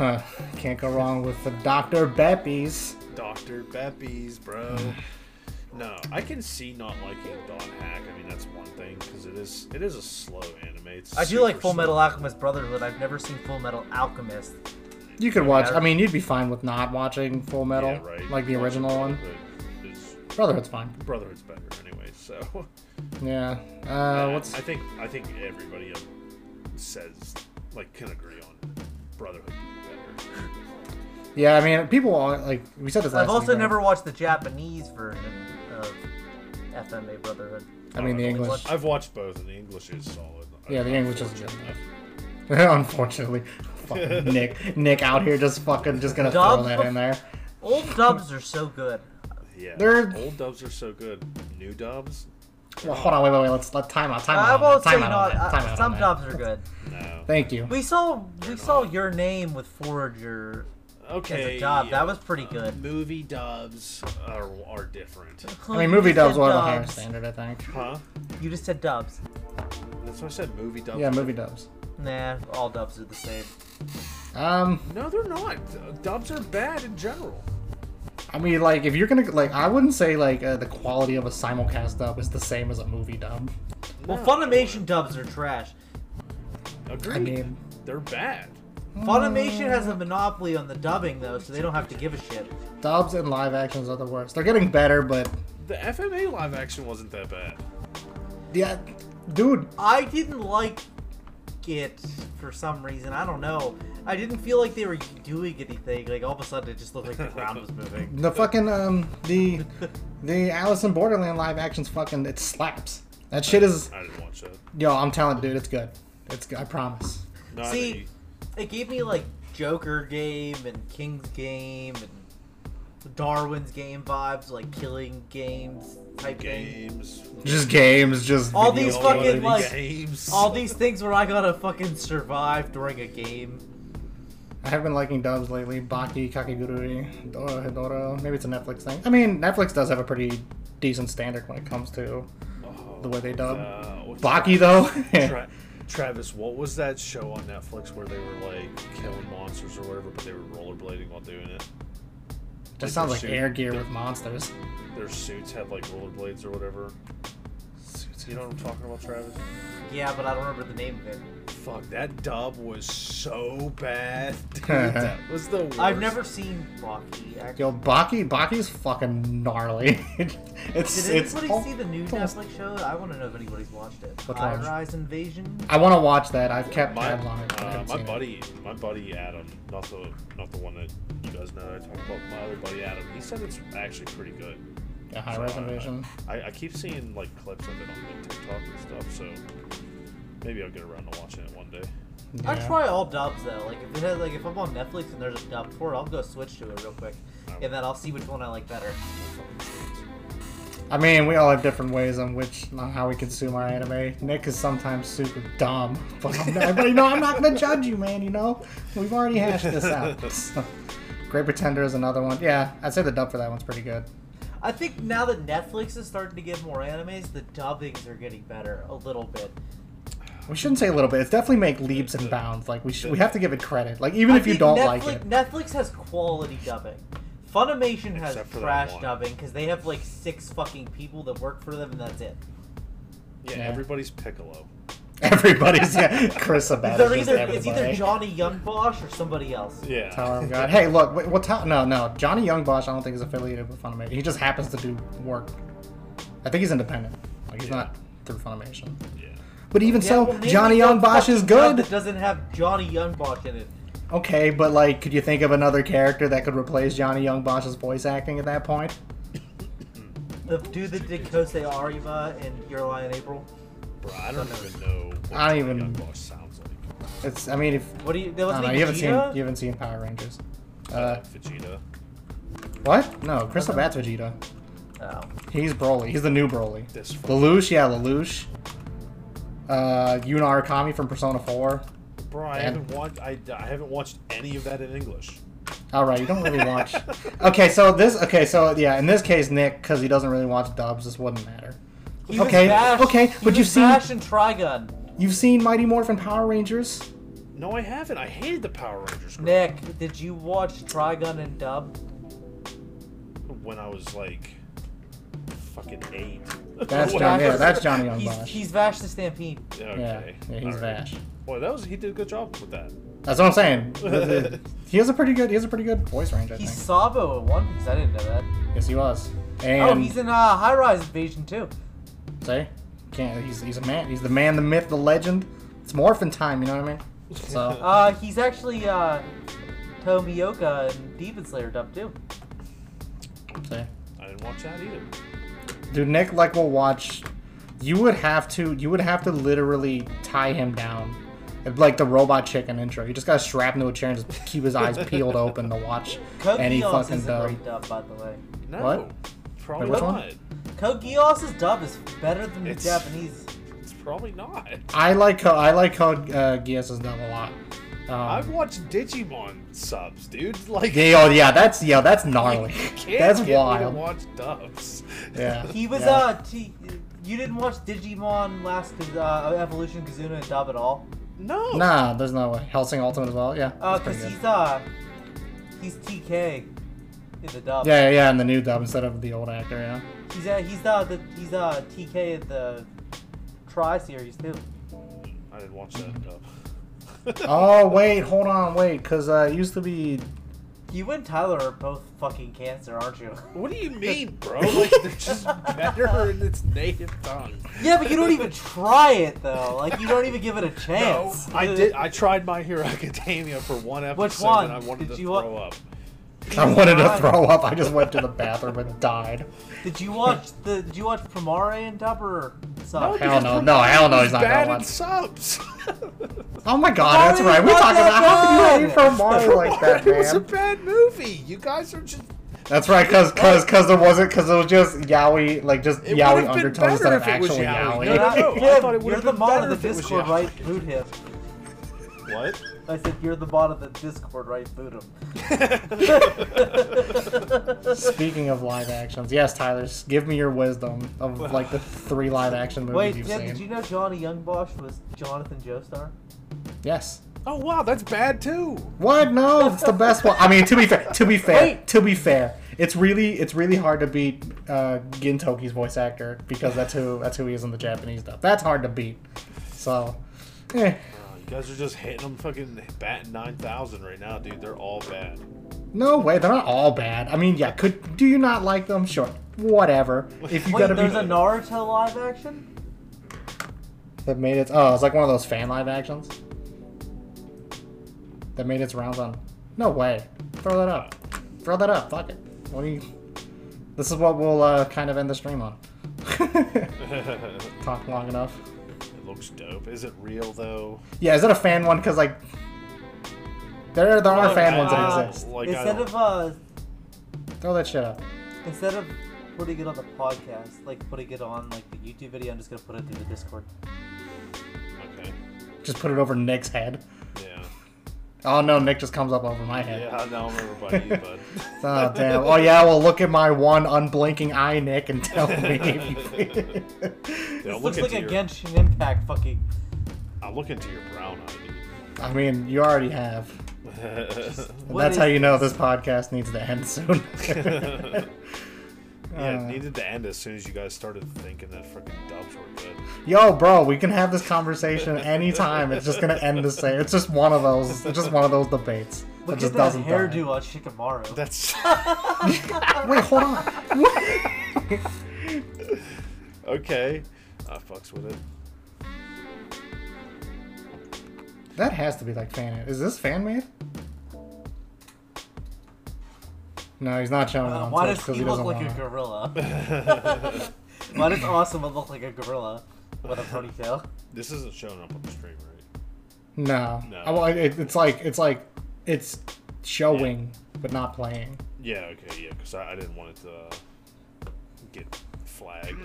E: uh, can't go wrong with the Doctor Beppies.
D: Dr. Beppies, bro. No, I can see not liking Don Hack. I mean, that's one thing because it is it is a slow anime. It's
F: I do like
D: super
F: Full Metal
D: slow.
F: Alchemist Brotherhood. I've never seen Full Metal Alchemist.
E: You could watch. I mean, you'd be fine with not watching Full Metal,
D: Yeah, right.
E: like the
D: Watch
E: original one.
D: Brotherhood is-
E: Brotherhood's fine.
D: Brotherhood's better anyway. So
E: Yeah. Uh, what's
D: Um, I think I think everybody says like can agree on Brotherhood being better.
E: Yeah, I mean, people all like we said this last.
F: I've also
E: week, right?
F: never watched the Japanese version of FMA Brotherhood.
E: I mean, the English.
D: I've watched both, and the English is solid.
E: Yeah, the English is
D: Unfortunately.
E: Unfortunately, fucking Nick, Nick out here just fucking just gonna throw
F: Dub?
E: that in there.
F: Old dubs are so good.
D: Yeah,
E: They're-
D: old dubs are so good. New dubs,
E: Well, hold on, wait, wait, wait. Let's let time out. Time out.
F: I
E: on that,
F: won't say
E: time out on
F: not.
E: that, time out
F: Uh,
E: on
F: some
E: that.
F: dubs are good.
D: no.
E: Thank you.
F: We saw we saw your name with Forager as
D: Okay,
F: a dub.
D: yeah.
F: That was pretty good.
D: movie dubs are are different,
E: I mean, movie dubs will have a higher standard, I think.
D: huh?
F: You just said dubs.
D: That's why I said movie dubs.
E: Yeah, movie dubs.
F: Nah, all dubs are the same.
E: Um,
D: No, they're not. Uh, Dubs are bad in general.
E: I mean, like, if you're gonna like, I wouldn't say like uh, the quality of a simulcast dub is the same as a movie dub.
F: Well,
D: No.
F: Funimation dubs are trash.
D: Agreed.
E: I mean,
D: they're bad.
F: Funimation has a monopoly on the dubbing though, so they don't have to give a shit.
E: dubs and live actions are the worst. They're getting better, but
D: The FMA live action wasn't that bad.
E: yeah, dude,
F: I didn't like it for some reason. I don't know. I didn't feel like they were doing anything. Like all of a sudden, it just looked like the ground was moving.
E: the fucking um the the Alice in Borderland live actions fucking it slaps. That shit is
D: I didn't watch that.
E: yo. I'm telling you, dude, it's good. It's good. I promise.
D: No, I
F: See-
D: think-
F: It gave me like Joker game and King's game and Darwin's game vibes, like killing games type thing.
D: games.
E: Just games, just
F: All
E: video
F: these
E: games.
F: fucking, like-
D: games.
F: All these things where I gotta fucking survive during a game.
E: I have been liking dubs lately. Baki, Kakigurui, Dora Hidoro. Maybe it's a Netflix thing. I mean, Netflix does have a pretty decent standard when it comes to the way they dub.
D: Uh, what-
E: Baki though,
D: Tra- Travis, what was that show on Netflix where they were like killing monsters or whatever, but they were rollerblading while doing it?
E: just sounds like
D: shoot.
E: air gear with monsters.
D: Their suits had like rollerblades or whatever. You know what I'm talking about, Travis?
F: Yeah, but I don't remember the name of it.
D: Fuck, that dub was so bad. Dude, that was the worst.
F: I've never seen Rocky. Actually.
E: Yo, Baki, Baki's fucking gnarly. it's
F: Did
E: it's.
F: anybody
E: al-
F: see the new
E: it's almost-
F: Netflix show? I want to know if anybody's watched it.
E: Which
F: High
E: one?
F: Rise Invasion.
E: I want to watch that. I've kept
D: My,
E: tabs on it. but I
D: uh,
E: haven't
D: my
E: seen it.
D: buddy, my buddy Adam, not the not the one that you guys know. I talk about my other buddy Adam. He said it's actually pretty good.
E: Yeah, high
D: So,
E: res
D: uh,
E: invasion.
D: I, I keep seeing like clips of it on like, TikTok and stuff, so maybe I'll get around to watching it one day.
F: I
E: Yeah.
F: try all dubs though. Like if it has, like if I'm on Netflix and there's a dub for it, I'll go switch to it real quick, and then I'll see which one I like better.
E: I mean, we all have different ways on which on how we consume our anime. Nick is sometimes super dumb, but I'm not, but you know I'm not gonna judge you, man. You know, we've already hashed this out. Great Pretender is another one. Yeah, I'd say the dub for that one's pretty good.
F: I think now that Netflix is starting to get more animes, the dubbings are getting better a little bit.
E: We shouldn't say a little bit. It's definitely make leaps and bounds. Like we should, we have to give it credit. Like even
F: I
E: if you
F: think
E: don't
F: Netflix,
E: like it,
F: Netflix has quality dubbing. Funimation has
D: Except for that
F: trash
D: one.
F: dubbing because they have like six fucking people that work for them, and that's it.
D: Yeah,
E: Yeah.
D: everybody's Piccolo.
E: everybody's yeah. Chris about
F: They're
E: it. just
F: either it's either
E: everybody.
F: Johnny Youngbosch or somebody else.
D: Yeah.
E: Tower of God. Hey, look. Wait, what? Tower? No, no. Johnny Youngbosch, I don't think is affiliated with Funimation. He just happens to do work. I think he's independent. Like he's
D: Yeah.
E: not through Funimation.
D: Yeah.
E: But even
F: Yeah,
E: so,
F: well, name
E: Johnny
F: me some
E: Youngbosch is
F: fucking
E: good.
F: dub That doesn't have Johnny Youngbosch in it.
E: Okay, but like, could you think of another character that could replace Johnny Youngbosch's voice acting at that point?
F: The dude that did Kosei Arima and Your Lion April.
D: Bro, I don't even know what
E: I don't
D: Johnny
E: even-
D: Young Bosch sounds like.
E: It's. I mean, if
F: What do you? That
E: I
F: was
E: don't know, you haven't seen you haven't seen Power Rangers. Uh,
D: Vegeta.
E: what? No, Chris Abats Vegeta.
F: Oh.
E: He's Broly. He's the new Broly.
D: This fuck.
E: Lelouch, yeah, Lelouch. Uh, Yuna Arakami from Persona 4.
D: Bro, I
E: Dad.
D: haven't watched. I, I haven't watched any of that in English.
E: All right, you don't really watch. okay, so this. Okay, so yeah, in this case, Nick, because he doesn't really watch dubs, this wouldn't matter.
F: He
E: Okay,
F: was Bash,
E: okay,
F: he
E: but
F: was
E: you've seen-
F: Bash and Trigun.
E: You've seen Mighty Morphin Power Rangers?
D: No, I haven't. I hated the Power Rangers. Bro.
F: Nick, did you watch Trigun and Dub?
D: When I was like, fucking eight.
E: That's
D: When I
E: John. Yeah,
D: was-
E: that's Johnny Young
F: He's,
E: Bosch.
F: he's Vash the Stampede.
E: yeah,
D: Okay.
E: yeah, he's
D: All right.
E: Vash.
D: Boy, that was he did a good job with that.
E: That's what I'm saying. The- the- he has a pretty good. He has a pretty good voice range, I
F: He's
E: think.
F: Sabo in One Piece. I didn't know that.
E: Yes, he was. And
F: Oh, he's in uh, High Rise Invasion too.
E: say, can't. He's he's a man. He's the man, the myth, the legend. It's morphin time. You know what I mean? So
F: Uh, he's actually uh, Tomioka and Demon Slayer Dub too.
E: say.
D: I didn't watch that either.
E: Dude, Nick like will watch. You would have to. You would have to literally tie him down, It'd be like the robot chicken intro. You just gotta strap him to a chair and just keep his eyes peeled open to watch any
F: Kogios
E: fucking
F: is a
E: dub.
F: great dub, by the way.
D: No,
E: What?
D: Probably
E: Wait, which
D: not.
E: one?
F: Kogios' dub is better than the
D: It's-
F: Japanese.
D: It's probably not.
E: I like Co- I like Code uh, Geass's dub a lot.
D: I've
E: Um,
D: watched Digimon subs, dude. Like,
E: yeah, oh, yeah, that's yeah, that's gnarly.
D: can't
E: That's
D: get me to
E: wild.
D: watch dubs.
E: Yeah.
F: He was
E: yeah.
F: uh, t- you didn't watch Digimon Last uh, Evolution Kazuna and Dub at all?
D: No.
E: Nah, there's no way. Helsing Ultimate as well. Yeah.
F: Uh,
E: that's pretty
F: cause
E: good.
F: he's uh, he's TK in the dub.
E: Yeah, yeah, yeah, and the new dub instead of the old actor. Yeah.
F: He's uh, he's uh, the he's uh TK in the Tri series too.
D: I didn't watch that dub.
E: Oh wait, hold on, wait, cause uh, it used to be.
F: You and Tyler are both fucking cancer, aren't you?
D: What do you mean, bro? Like they're just better in its native tongue.
F: Yeah, but you don't even try it though. Like you don't even give it a
D: No,
F: chance. Uh,
D: I did. I tried My Hero Academia for one episode,
F: Which one?
D: and I wanted
F: Did
D: to
F: you wa-
D: throw up.
E: I wanted to throw up. I just went to the bathroom and died.
F: Did you watch the? Did you watch Promare and Dub or sub?
E: Hell no, no, hell no, he's
D: It's
E: not gonna
D: bad in
E: watch.
D: subs.
E: Oh my god, that's
F: Mario
E: right. We
F: was
E: talked about how
F: that
E: can you
F: bad!
E: throw Mario like that,
D: it was a
E: man?
D: bad movie. You guys are just.
E: That's right, cause cause cause there wasn't cause it was just yaoi like just
D: It would've
E: yaoi
D: been better
E: undertones instead of
D: if it was
E: actually
D: yaoi.
E: yaoi.
D: No, no, no. I
F: Tim,
D: thought it
F: you're
D: would've
F: the
D: been
F: mod
D: better
F: of the
D: if it was
F: Discord,
D: Yahoo.
F: right? Boot him.
D: What?
F: I said you're the mod of the Discord, right? Boot him.
E: Speaking of live actions, yes, Tyler, s- give me your wisdom of like the three live action movies
F: Wait,
E: you've
F: Tim,
E: seen.
F: did you know Johnny Youngbosch was Jonathan Joestar?
E: Yes.
D: Oh wow, that's bad too.
E: What? No, it's the best one. I mean, to be fair, to be fair,
F: Wait.
E: to be fair, it's really it's really hard to beat uh, Gintoki's voice actor because that's who that's who he is in the Japanese dub. That's hard to beat. So, eh.
D: You guys are just hitting them fucking batting nine thousand right now, dude. They're all bad.
E: no way, they're not all bad. I mean, yeah, could do you not like them? Sure, whatever. If you
F: Wait,
E: gotta
F: there's
E: be
F: a Naruto live action?
E: that made it. Oh, it's like one of those fan live actions that made its rounds on. No way, throw that up, throw that up. Fuck it. What do you? This is what we'll uh, kind of end the stream on.
D: it
E: Talk long enough.
D: looks dope. Is it real though?
E: Yeah, is it a fan one? Cause like, there there are
D: Like,
E: fan
D: I-
E: ones
F: Oh,
D: I
E: that
D: don't-
E: exist.
D: Like, I
F: instead
D: don't-
F: of uh,
E: Throw that shit up.
F: instead of putting it on the podcast, like putting it on like the YouTube video, I'm just gonna put it through the Discord.
D: okay,
E: Just put it over Nick's head.
D: yeah,
E: Oh no, Nick just comes up over my head.
D: yeah. Now I'm over by you, bud.
E: Oh damn. Oh yeah. Well, look at my one unblinking eye, Nick, and tell me. If you think.
D: Yeah, I'll look
F: This looks like
D: into
F: a
D: your,
F: Genshin Impact fucking.
D: I'll look into your brown eye,
E: I mean, you already have.
D: dude.
E: And
F: What
E: that's
F: is-
E: how you know this podcast needs to end soon.
D: yeah, it needed to end as soon as you guys started thinking that freaking dubs were good.
E: Yo, bro, we can have this conversation anytime. It's just gonna end the same. It's just one of those. It's just one of those debates that
F: Look
E: just
F: at that
E: doesn't die.
F: hairdo on Shikamaru.
D: That's
E: Wait, hold on.
D: okay. I fucks with it.
E: That has to be like fan. Is this fan made? No, he's not showing it
F: Uh,
E: on
F: why
E: Twitch
F: does
E: 'cause
F: he
E: he
F: look
E: doesn't
F: like
E: want
F: a
E: to.
F: gorilla? why does Awesome look like a gorilla with a ponytail?
D: This isn't showing up on the stream, right?
E: No,
D: No.
E: Oh, well, it, it's like it's like it's showing but not playing.
D: Yeah, okay, yeah, because I, I didn't want it to uh, get flagged.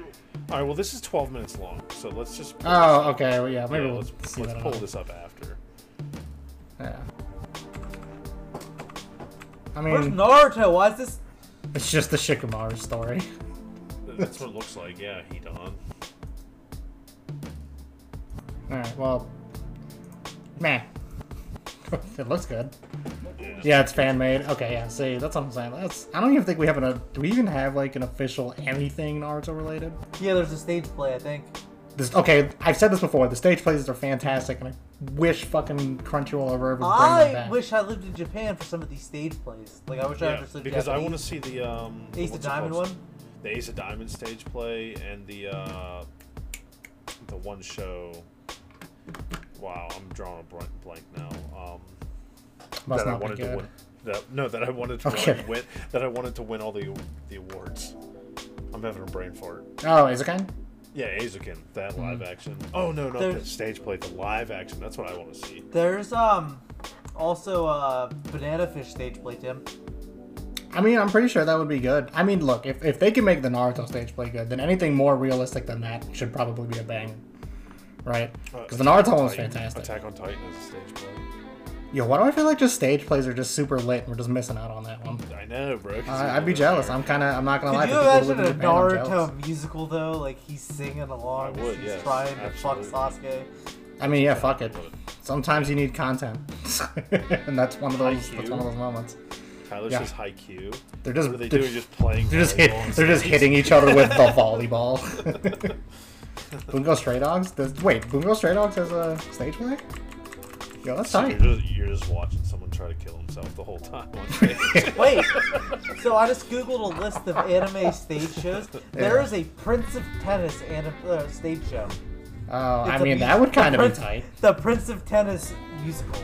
D: All right, well, this is 12 minutes long, so let's just.
E: Oh, okay, well, yeah, maybe
D: yeah,
E: we'll
D: let's,
E: see
D: let's
E: that.
D: pull
E: out.
D: this up after.
E: Yeah. I
F: Where's
E: mean,
F: Naruto? Why is this?
E: it's just the Shikamaru story.
D: That's what it looks like. Yeah, he done.
E: All right, well, meh. it looks good.
D: Yeah.
E: Yeah, it's fan made. Okay, yeah. See, that's what I'm saying. That's. I don't even think we have an. uh, Do we even have like an official anything Naruto related?
F: Yeah, there's a stage play, I think.
E: This. Okay, I've said this before. The stage plays are fantastic, and I wish fucking Crunchyroll ever ever bring them
F: I
E: back.
F: wish I lived in Japan for some of these stage plays. Like I wish I
D: Yeah,
F: understood
D: because I want to
F: Japanese.
D: see the um
F: Ace of
D: what's it
F: Diamond
D: called?
F: one?
D: the Ace of Diamond stage play, and the uh, the one show. Wow, I'm drawing a blank, blank now. Um,
E: Must
D: that I
E: not be
D: wanted to
E: good.
D: win. That, no, that I wanted to
E: Okay.
D: win. That I wanted to win all the the awards. I'm I'm having a brain fart.
E: Oh, Izakan?
D: Yeah, Azukin,
E: Mm-hmm.
D: that live action. Oh no, not
F: There's-
D: the stage play, the live action. That's what I want to see.
F: There's um also uh banana fish stage play, Tim.
E: I mean, I'm pretty sure that would be good. I mean, look, if, if they can make the Naruto stage play good, then anything more realistic than that should probably be a bang. Right? Because the Naruto one was
D: Titan-
E: fantastic.
D: Uh, Attack on Titan as a stage play.
E: Yo, why do I feel like just stage plays are just super lit and we're just missing out on that one?
D: I know, bro. 'cause
E: I,
D: it's
E: I'd be
D: over
E: jealous.
D: there.
E: I'm kind of, I'm not going to lie.
F: Could you
E: the people who
F: imagine
E: live
F: a
E: in Japan, I'm jealous.
F: Naruto musical though? Like he's singing along
D: I
F: as
D: would,
F: he's
D: yes,
F: trying to fuck
D: absolutely.
F: Sasuke.
E: I mean, yeah, fuck it. Sometimes you need content, and that's one of those. That's one of those moments.
D: Tyler
E: yeah.
D: says high Q.
E: They're just
D: What are they
E: they're,
D: doing? Just playing.
E: they're just
D: volleyball
E: hit,
D: on
E: they're just
D: stage?
E: hitting each other with the volleyball. Bungo Stray Dogs. Does, wait, Bungo Stray Dogs has a stage play? Yo, that's
D: So you're,
E: tight.
D: just, you're just watching someone try to kill himself the whole time. on stage.
F: Wait, so I just googled a list of anime stage shows. There is a Prince of Tennis anime uh, stage show.
E: Oh, I
F: It's a
E: mean
F: mu-
E: that would
F: the
E: kind of be
F: Prince-
E: tight.
F: The Prince of Tennis musical.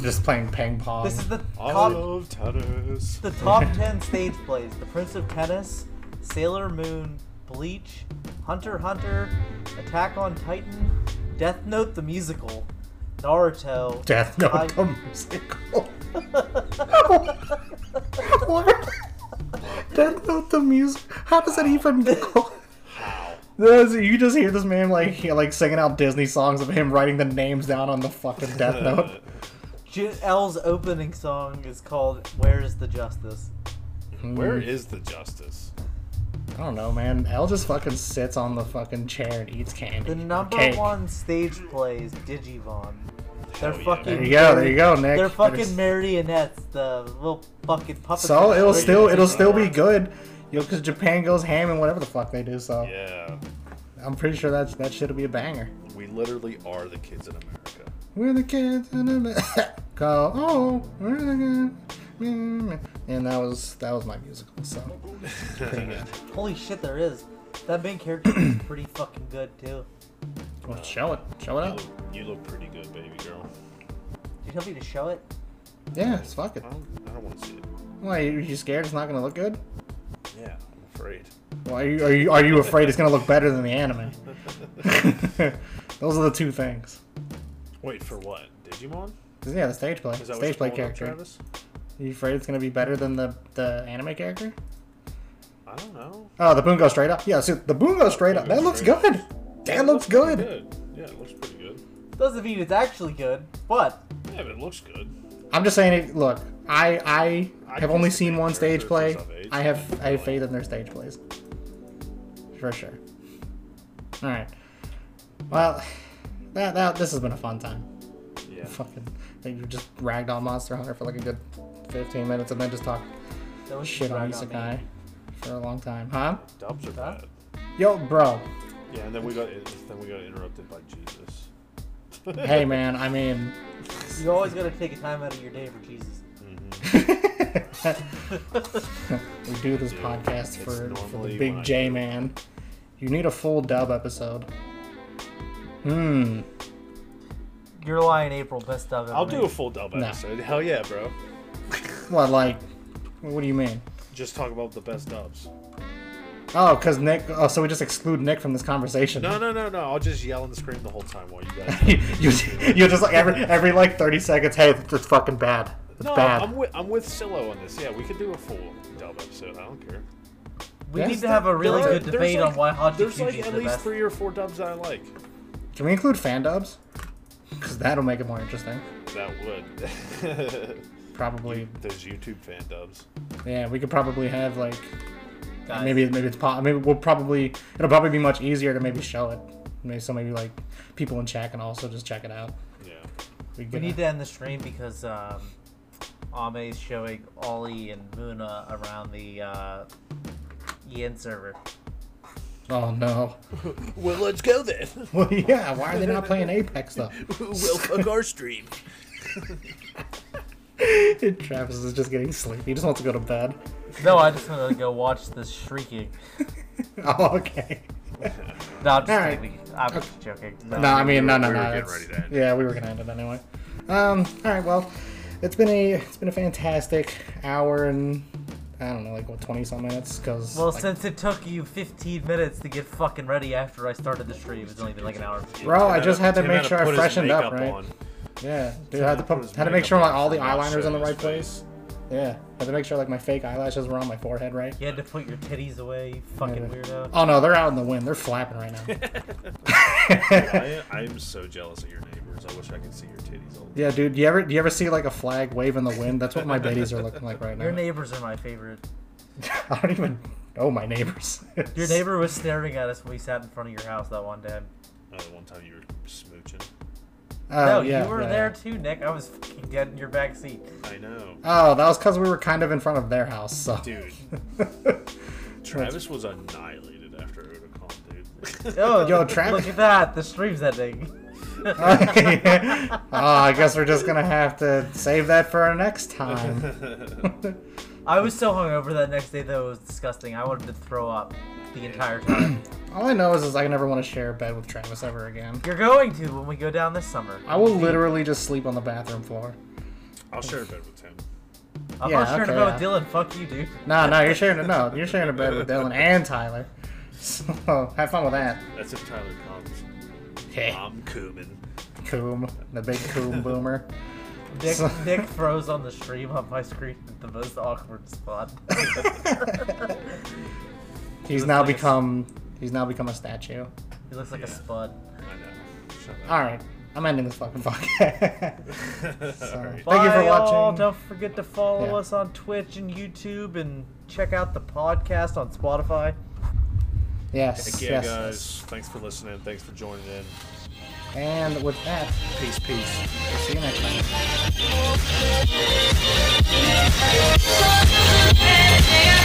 E: Just playing ping pong.
F: This is the
D: I
F: top,
D: love tennis.
F: the top ten stage plays: The Prince of Tennis, Sailor Moon, Bleach, Hunter x Hunter, Attack on Titan, Death Note the musical, Naruto,
E: Death Note
F: I-
E: the musical. what? Death Note the music. How does that even go? There's- you just hear this man like he- like singing out Disney songs of him writing the names down on the fucking Death Note.
F: J- L's opening song is called "Where's the Justice."
D: Where
E: Mm.
D: is the justice?
E: I don't know, man. L just fucking sits on the fucking chair and eats candy.
F: The
E: or
F: number
E: cake.
F: one stage play is Digivon. They're
D: Hell yeah.
F: fucking.
E: There you go. There you go, Nick.
F: They're fucking
E: There's-
F: marionettes. The little fucking puppets.
E: So
F: that
E: it'll
F: swing
E: still
F: it.
E: it'll still be good, yo, because Japan goes ham and whatever the fuck they do. So
D: Yeah,
E: I'm pretty sure that's that shit'll be a banger.
D: we literally are the kids in America.
E: We're the kids in the go. Oh, we're the kids. And that was that was my musical. So
F: Holy shit, there is. That main character is pretty fucking good too.
E: well, show it, show it
D: You
E: up.
D: look, you look pretty good, baby girl.
F: Do you want me to show it?
E: Yeah, it's fuck it.
D: I don't, I don't want to see it.
E: Why are you scared? It's not gonna look good.
D: Yeah, I'm afraid.
E: Why are you are you, are you afraid it's gonna look better than the anime? Those are the two things.
D: Wait for what? Digimon?
E: 'Cause, yeah, the stage play,
D: Is that what
E: stage play
D: you're calling up,
E: character.
D: Travis?
E: Are you afraid it's gonna be better than the the anime character?
D: I don't know.
E: Oh, the boom goes straight up. Yeah, so the boom goes straight up. That looks good. That looks good.
D: Good. Yeah, it looks pretty good.
F: Doesn't mean it's actually good, but
D: Yeah, but it looks good.
E: I'm just saying. It, look, I I
D: I
E: have only
D: guess
E: seen
D: the
E: one stage play.
D: characters of age
E: I have I have faith in their stage plays, for sure. All right. Well, that that this has been a fun time.
D: Yeah.
E: Fucking, they just ragged on Monster Hunter for like a good 15 minutes and then just talk
F: that was
E: shit on
F: drag me.
E: Isekai for a long time, huh?
D: Dubs are
F: Huh?
D: bad.
E: Yo, bro.
D: Yeah, and then we got then we got interrupted by Jesus.
E: Hey, man. I mean.
F: You always gotta take a time out of your day for Jesus.
E: We do this podcast
D: it's
E: for, for
D: normally
E: the
D: when I
E: big J
D: do.
E: man. You need a full dub episode. Hmm.
F: You're lying, April. Best of ever.
D: I'll do a
F: made.
D: full dub
E: No.
D: episode. Hell yeah, bro.
E: What like? What do you mean?
D: Just talk about the best dubs.
E: Oh, cause Nick. Oh, so we just exclude Nick from this conversation.
D: No, no, no, no. I'll just yell and scream the whole time while you guys.
E: you you you're just like every every like thirty seconds. Hey, it's fucking bad. It's
D: no,
E: bad.
D: I'm with I'm with Silo on this. Yeah, we could do a full dub episode. I don't care.
F: We
E: Yes,
F: need to have a really
D: There-
F: good
D: there's
F: debate
D: like-
F: on why Hachi
D: There's
F: Fuji
D: like
F: is
D: at
F: the
D: least
F: best.
D: three or four dubs that I like.
E: Can we include fan dubs? Cause that'll make it more interesting.
D: That would.
E: Probably.
D: Those YouTube fan dubs.
E: Yeah, we could probably have like
F: Guys,
E: maybe maybe it's po- maybe we'll probably it'll probably be much easier to maybe show it. Maybe so maybe like people in chat can also just check it out.
D: Yeah.
E: can
F: we
E: get a-
F: need to end the stream because um, Ame is showing Ollie and Muna around the uh, Ian server.
E: Oh no.
D: Well, let's go then.
E: Well, yeah. Why are they not playing Apex though?
D: we'll fuck our stream.
E: Travis is just getting sleepy. He just wants to go to bed.
F: No, I just want to go watch the shrieking.
E: Oh, okay.
F: No, I'm just
E: Alright.
F: kidding. I'm just joking.
E: No, I mean, no,
D: were-
E: no,
D: we
E: no.
D: were getting
E: that's-
D: ready to end
E: yeah, we were gonna end it anyway. Um. All right. Well, it's been a it's been a fantastic hour and I don't know, like what twenty some minutes, because
F: Well, since it took you 15 minutes to get fucking ready after I started the stream, it's only been like an hour.
E: bro, I
D: Tim
E: just had to
D: Tim
E: make sure I
D: put his
E: freshened up,
D: makeup
E: right?
D: on.
E: Yeah, dude, I had to
D: Put
E: put,
D: his
E: had to make
D: makeup
E: sure like
D: on
E: all the
D: for not
E: eyeliners in the
D: showing
E: right
D: his
E: place. Yeah, had to make sure like my fake eyelashes were on my forehead, right?
F: You had to put your titties away, you fucking
E: Yeah.
F: weirdo.
E: Oh no, they're out in the wind. They're flapping right now.
D: I, I am so jealous of your neighbors. I wish I could see your titties all the
E: yeah, dude, do you ever do you ever see like a flag wave in the wind? That's what my babies are looking like right now.
F: Your neighbors are my favorite.
E: I don't even know my neighbors.
F: Your neighbor was staring at us when we sat in front of your house that one time.
D: Oh, the one time you were smooching.
E: Oh,
F: no,
E: yeah,
F: you were
E: yeah,
F: there
E: yeah.
F: too, Nick. I was fucking dead in your back seat.
D: I know.
E: Oh, that was because we were kind of in front of their house. So,
D: Dude, Travis was annihilated after Otakon, dude.
F: Oh,
E: Yo,
F: look-
E: Travis-
F: Look at that. The stream's ending.
E: oh, I guess we're just gonna have to save that for our next time.
F: I was so hungover that next day, though, it was disgusting. I wanted to throw up the entire time.
E: All I know is, is I never want to share a bed with Travis ever again.
F: You're going to when we go down this summer.
E: I will literally just sleep on the bathroom floor.
D: I'll share a bed with him.
F: I'm
E: Yeah,
F: not sure
E: okay,
F: about
E: yeah.
F: Dylan. Fuck you, dude.
E: No, no, you're sharing a no, you're sharing a bed with Dylan and Tyler. So have fun with that.
D: That's if Tyler comes.
E: Yeah,
D: I'm coming.
E: coom, the big coom boomer.
F: Nick,
E: So-
F: Nick froze on the stream on my screen at the most awkward spot.
E: He's now become he's now become a statue.
F: He looks like a
D: Yeah.
F: spud.
D: I know. Shut up.
E: All right, I'm ending this fucking podcast.
D: All right.
E: Thank you for
F: Bye, all.
E: watching.
F: Don't forget to follow
E: Yeah.
F: us on Twitch and YouTube and check out the podcast on Spotify.
E: Yes,
D: Again,
E: yes, yes.
D: guys, thanks for listening. Thanks for joining in.
E: And with that,
D: Peace, peace.
E: see you next time.
C: Yeah.